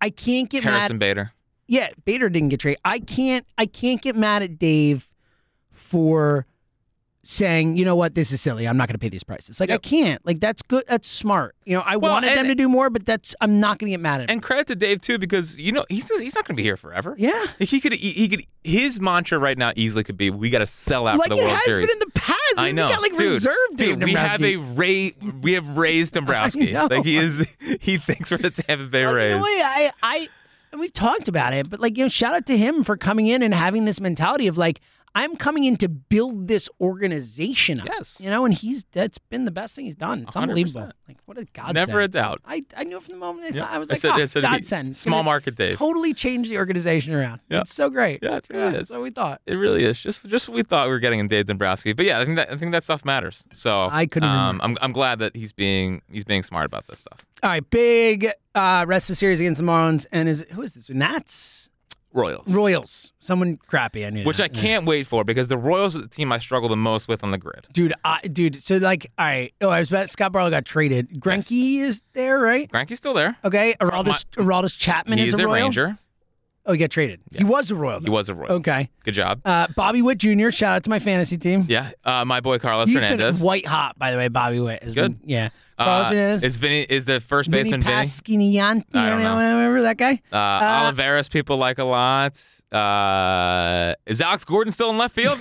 Speaker 2: I can't get
Speaker 3: Harrison
Speaker 2: mad
Speaker 3: Bader.
Speaker 2: yeah Bader didn't get traded I can't I can't get mad at Dave for saying you know what this is silly I'm not gonna pay these prices like I can't like that's good that's smart you know I
Speaker 3: Well,
Speaker 2: wanted
Speaker 3: and-
Speaker 2: them to do more but that's I'm not gonna get mad at him.
Speaker 3: And credit to Dave too because you know he's he's not gonna be here forever.
Speaker 2: yeah.
Speaker 3: He could he, he could his mantra right now easily could be we got to sell out
Speaker 2: like
Speaker 3: for the
Speaker 2: it
Speaker 3: World
Speaker 2: has
Speaker 3: Series.
Speaker 2: been in the past.
Speaker 3: I know.
Speaker 2: We got like
Speaker 3: dude,
Speaker 2: reserved
Speaker 3: dude,
Speaker 2: Dave
Speaker 3: we
Speaker 2: Dombrowski.
Speaker 3: have a ra- we
Speaker 2: [laughs]
Speaker 3: have raised Dombrowski.
Speaker 2: know. Oh,
Speaker 3: Like he is [laughs] he thinks we're the Tampa Bay
Speaker 2: like,
Speaker 3: Rays.
Speaker 2: in a way, I, I, and we've talked about it, but like you know, shout out to him for coming in and having this mentality of like I'm coming in to build this organization up.
Speaker 3: Yes.
Speaker 2: you know, and he's that's been the best thing he's done. It's
Speaker 3: 100%.
Speaker 2: unbelievable. Like what a godsend.
Speaker 3: Never a doubt.
Speaker 2: I, I knew it from the moment it's,
Speaker 3: Yeah.
Speaker 2: I was
Speaker 3: I
Speaker 2: like,
Speaker 3: said-
Speaker 2: oh,
Speaker 3: I said he-
Speaker 2: godsend.
Speaker 3: small
Speaker 2: Gonna
Speaker 3: market Dave.
Speaker 2: Totally changed the organization around.
Speaker 3: Yeah.
Speaker 2: It's so great.
Speaker 3: Yeah, it really is.
Speaker 2: that's what we thought.
Speaker 3: It really is just just what we thought we were getting in Dave Dombrowski. But yeah, I think that I think that stuff matters. So
Speaker 2: I couldn't agree
Speaker 3: Um, I'm I'm glad that he's being he's being smart about this stuff.
Speaker 2: All right, big uh, rest of the series against the Marlins, and is who is this? Nats.
Speaker 3: Royals.
Speaker 2: Royals. Someone crappy. I knew.
Speaker 3: Which
Speaker 2: that.
Speaker 3: I can't wait for because the Royals are the team I struggle the most with on the grid.
Speaker 2: Dude, I, dude. So like, all right. Oh, I was about Scott Barlow got traded. Grenke is there, right?
Speaker 3: Granke's still there.
Speaker 2: Okay. Araldus, Araldus Chapman
Speaker 3: He's
Speaker 2: is a
Speaker 3: their
Speaker 2: Royal.
Speaker 3: Ranger.
Speaker 2: Oh, he got traded. He was a Royal.
Speaker 3: He
Speaker 2: though.
Speaker 3: was a Royal.
Speaker 2: Okay.
Speaker 3: Good job.
Speaker 2: Uh, Bobby Witt Jr. Shout out to my fantasy team.
Speaker 3: Yeah. Uh, my boy Carlos
Speaker 2: He's
Speaker 3: Hernandez.
Speaker 2: been white hot, by the way. Bobby Witt is
Speaker 3: Good.
Speaker 2: Been, yeah. Carlos
Speaker 3: uh,
Speaker 2: Hernandez.
Speaker 3: is Vinny is the first
Speaker 2: Vinny
Speaker 3: baseman Vinny?
Speaker 2: Pasquinianti.
Speaker 3: I don't know.
Speaker 2: Remember that guy?
Speaker 3: Uh, Oliveras people like a lot. Uh, is Alex Gordon still in
Speaker 2: [laughs]
Speaker 3: left field?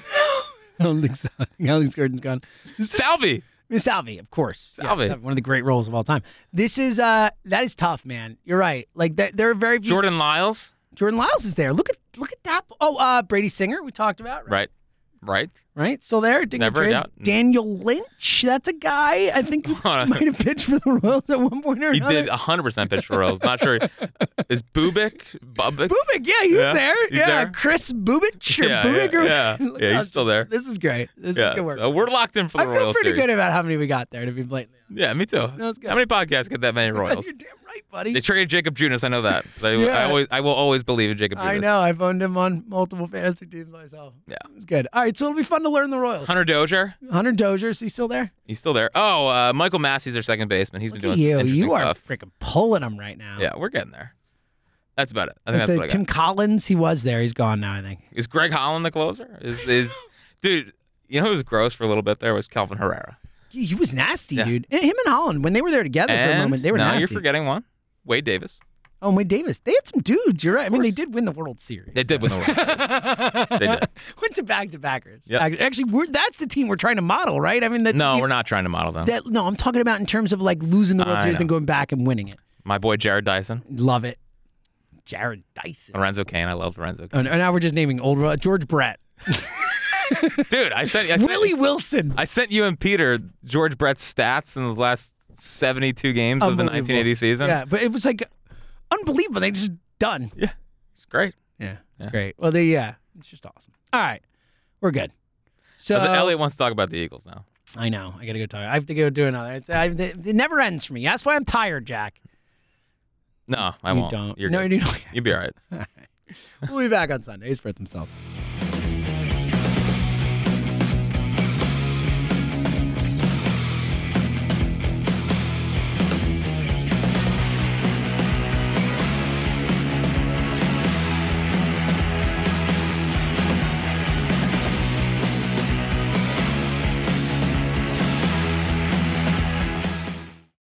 Speaker 2: I don't think so. I think [laughs] Alex Gordon's gone.
Speaker 3: Salvi.
Speaker 2: Miss Salvi, of course. Yes, uh,
Speaker 3: Salvi.
Speaker 2: one of the great roles of all time. This is uh that is tough, man. You're right. Like that, there are very few
Speaker 3: Jordan Lyles.
Speaker 2: Jordan Lyles is there. Look at look at that. Oh, uh, Brady Singer we talked about, right?
Speaker 3: Right. Right.
Speaker 2: Right, still there. Didn't get
Speaker 3: Never a
Speaker 2: traded.
Speaker 3: doubt.
Speaker 2: Daniel Lynch, that's a guy I
Speaker 3: [laughs]
Speaker 2: think who
Speaker 3: Hold on.
Speaker 2: might have pitched for the [laughs] Royals at one point or
Speaker 3: He
Speaker 2: another.
Speaker 3: did 100% pitch for Royals. Not sure. Is Bubik? Bubik?
Speaker 2: Bubik, yeah, he
Speaker 3: Yeah,
Speaker 2: was there.
Speaker 3: he's
Speaker 2: yeah,
Speaker 3: there.
Speaker 2: Chris Bubich or
Speaker 3: Yeah,
Speaker 2: Bubik
Speaker 3: yeah,
Speaker 2: or
Speaker 3: yeah.
Speaker 2: Look
Speaker 3: Yeah, he's
Speaker 2: how-
Speaker 3: still there.
Speaker 2: This is great. This
Speaker 3: Yeah,
Speaker 2: is good work.
Speaker 3: so we're locked in for the
Speaker 2: I feel
Speaker 3: Royals
Speaker 2: pretty
Speaker 3: series.
Speaker 2: good about how many we got there, to be blatantly honest.
Speaker 3: yeah, me too.
Speaker 2: was good.
Speaker 3: How many podcasts get that many [laughs]
Speaker 2: [laughs]
Speaker 3: Royals?
Speaker 2: You're damn right, buddy.
Speaker 3: They traded Jacob Junis. I know that. But I- I
Speaker 2: Yeah.
Speaker 3: always, I will always believe in Jacob Junis.
Speaker 2: I know. I've owned him on multiple fantasy teams myself.
Speaker 3: Yeah.
Speaker 2: It was good. All right, so it'll be fun to learn the Royals.
Speaker 3: Hunter Dozier.
Speaker 2: Hunter Dozier, is he still there?
Speaker 3: He's still there. Oh, uh, Michael Massey's their second baseman. He's been
Speaker 2: Look at
Speaker 3: doing some
Speaker 2: you.
Speaker 3: interesting
Speaker 2: You are
Speaker 3: stuff.
Speaker 2: freaking pulling him right now.
Speaker 3: Yeah, we're getting there. That's about it. I
Speaker 2: That's
Speaker 3: think that's
Speaker 2: a-
Speaker 3: what I got.
Speaker 2: Tim Collins, he was there. He's gone now, I think.
Speaker 3: Is Greg Holland the closer? Is
Speaker 2: [laughs]
Speaker 3: is dude? You know who was gross for a little bit there was Calvin Herrera.
Speaker 2: He he was nasty,
Speaker 3: Yeah.
Speaker 2: dude. And him and Holland, when they were there together for a
Speaker 3: And
Speaker 2: moment, they were
Speaker 3: no,
Speaker 2: nasty.
Speaker 3: you're forgetting one. Wade Davis.
Speaker 2: Oh, and Wade Davis. They had some dudes. You're right. I mean, they did win the World Series.
Speaker 3: They did win the World Series.
Speaker 2: [laughs]
Speaker 3: They did.
Speaker 2: Went to back to backers.
Speaker 3: Yep.
Speaker 2: Actually, we're, that's the team we're trying to model, right? I mean, that's
Speaker 3: No,
Speaker 2: the-
Speaker 3: we're not trying to model them.
Speaker 2: That, no, I'm talking about in terms of like losing the World
Speaker 3: I
Speaker 2: Series
Speaker 3: know.
Speaker 2: and going back and winning it.
Speaker 3: My boy Jared Dyson.
Speaker 2: Love it. Jared Dyson.
Speaker 3: Lorenzo Kane. I love Lorenzo
Speaker 2: Oh, [laughs]
Speaker 3: Kane.
Speaker 2: no, now we're just naming old uh, George Brett,
Speaker 3: Dude, I sent, I, sent,
Speaker 2: Willie Wilson.
Speaker 3: I sent you and Peter George Brett's stats in the last 72 games of the
Speaker 2: Unbelievable.
Speaker 3: 1980 season.
Speaker 2: Yeah, but it was like unbelievable. They just done.
Speaker 3: It's great.
Speaker 2: Yeah, it's great. Well, they yeah, it's just awesome. All right, we're good. So
Speaker 3: But the- Elliot wants to talk about the Eagles now.
Speaker 2: I know. I gotta go talk. I have to go do another. It's, I, it never ends for me. That's why I'm tired, Jack.
Speaker 3: No, I
Speaker 2: you
Speaker 3: won't.
Speaker 2: don't.
Speaker 3: You're
Speaker 2: no,
Speaker 3: good.
Speaker 2: you don't.
Speaker 3: You'll be all right.
Speaker 2: we'll be back on Sundays for themselves.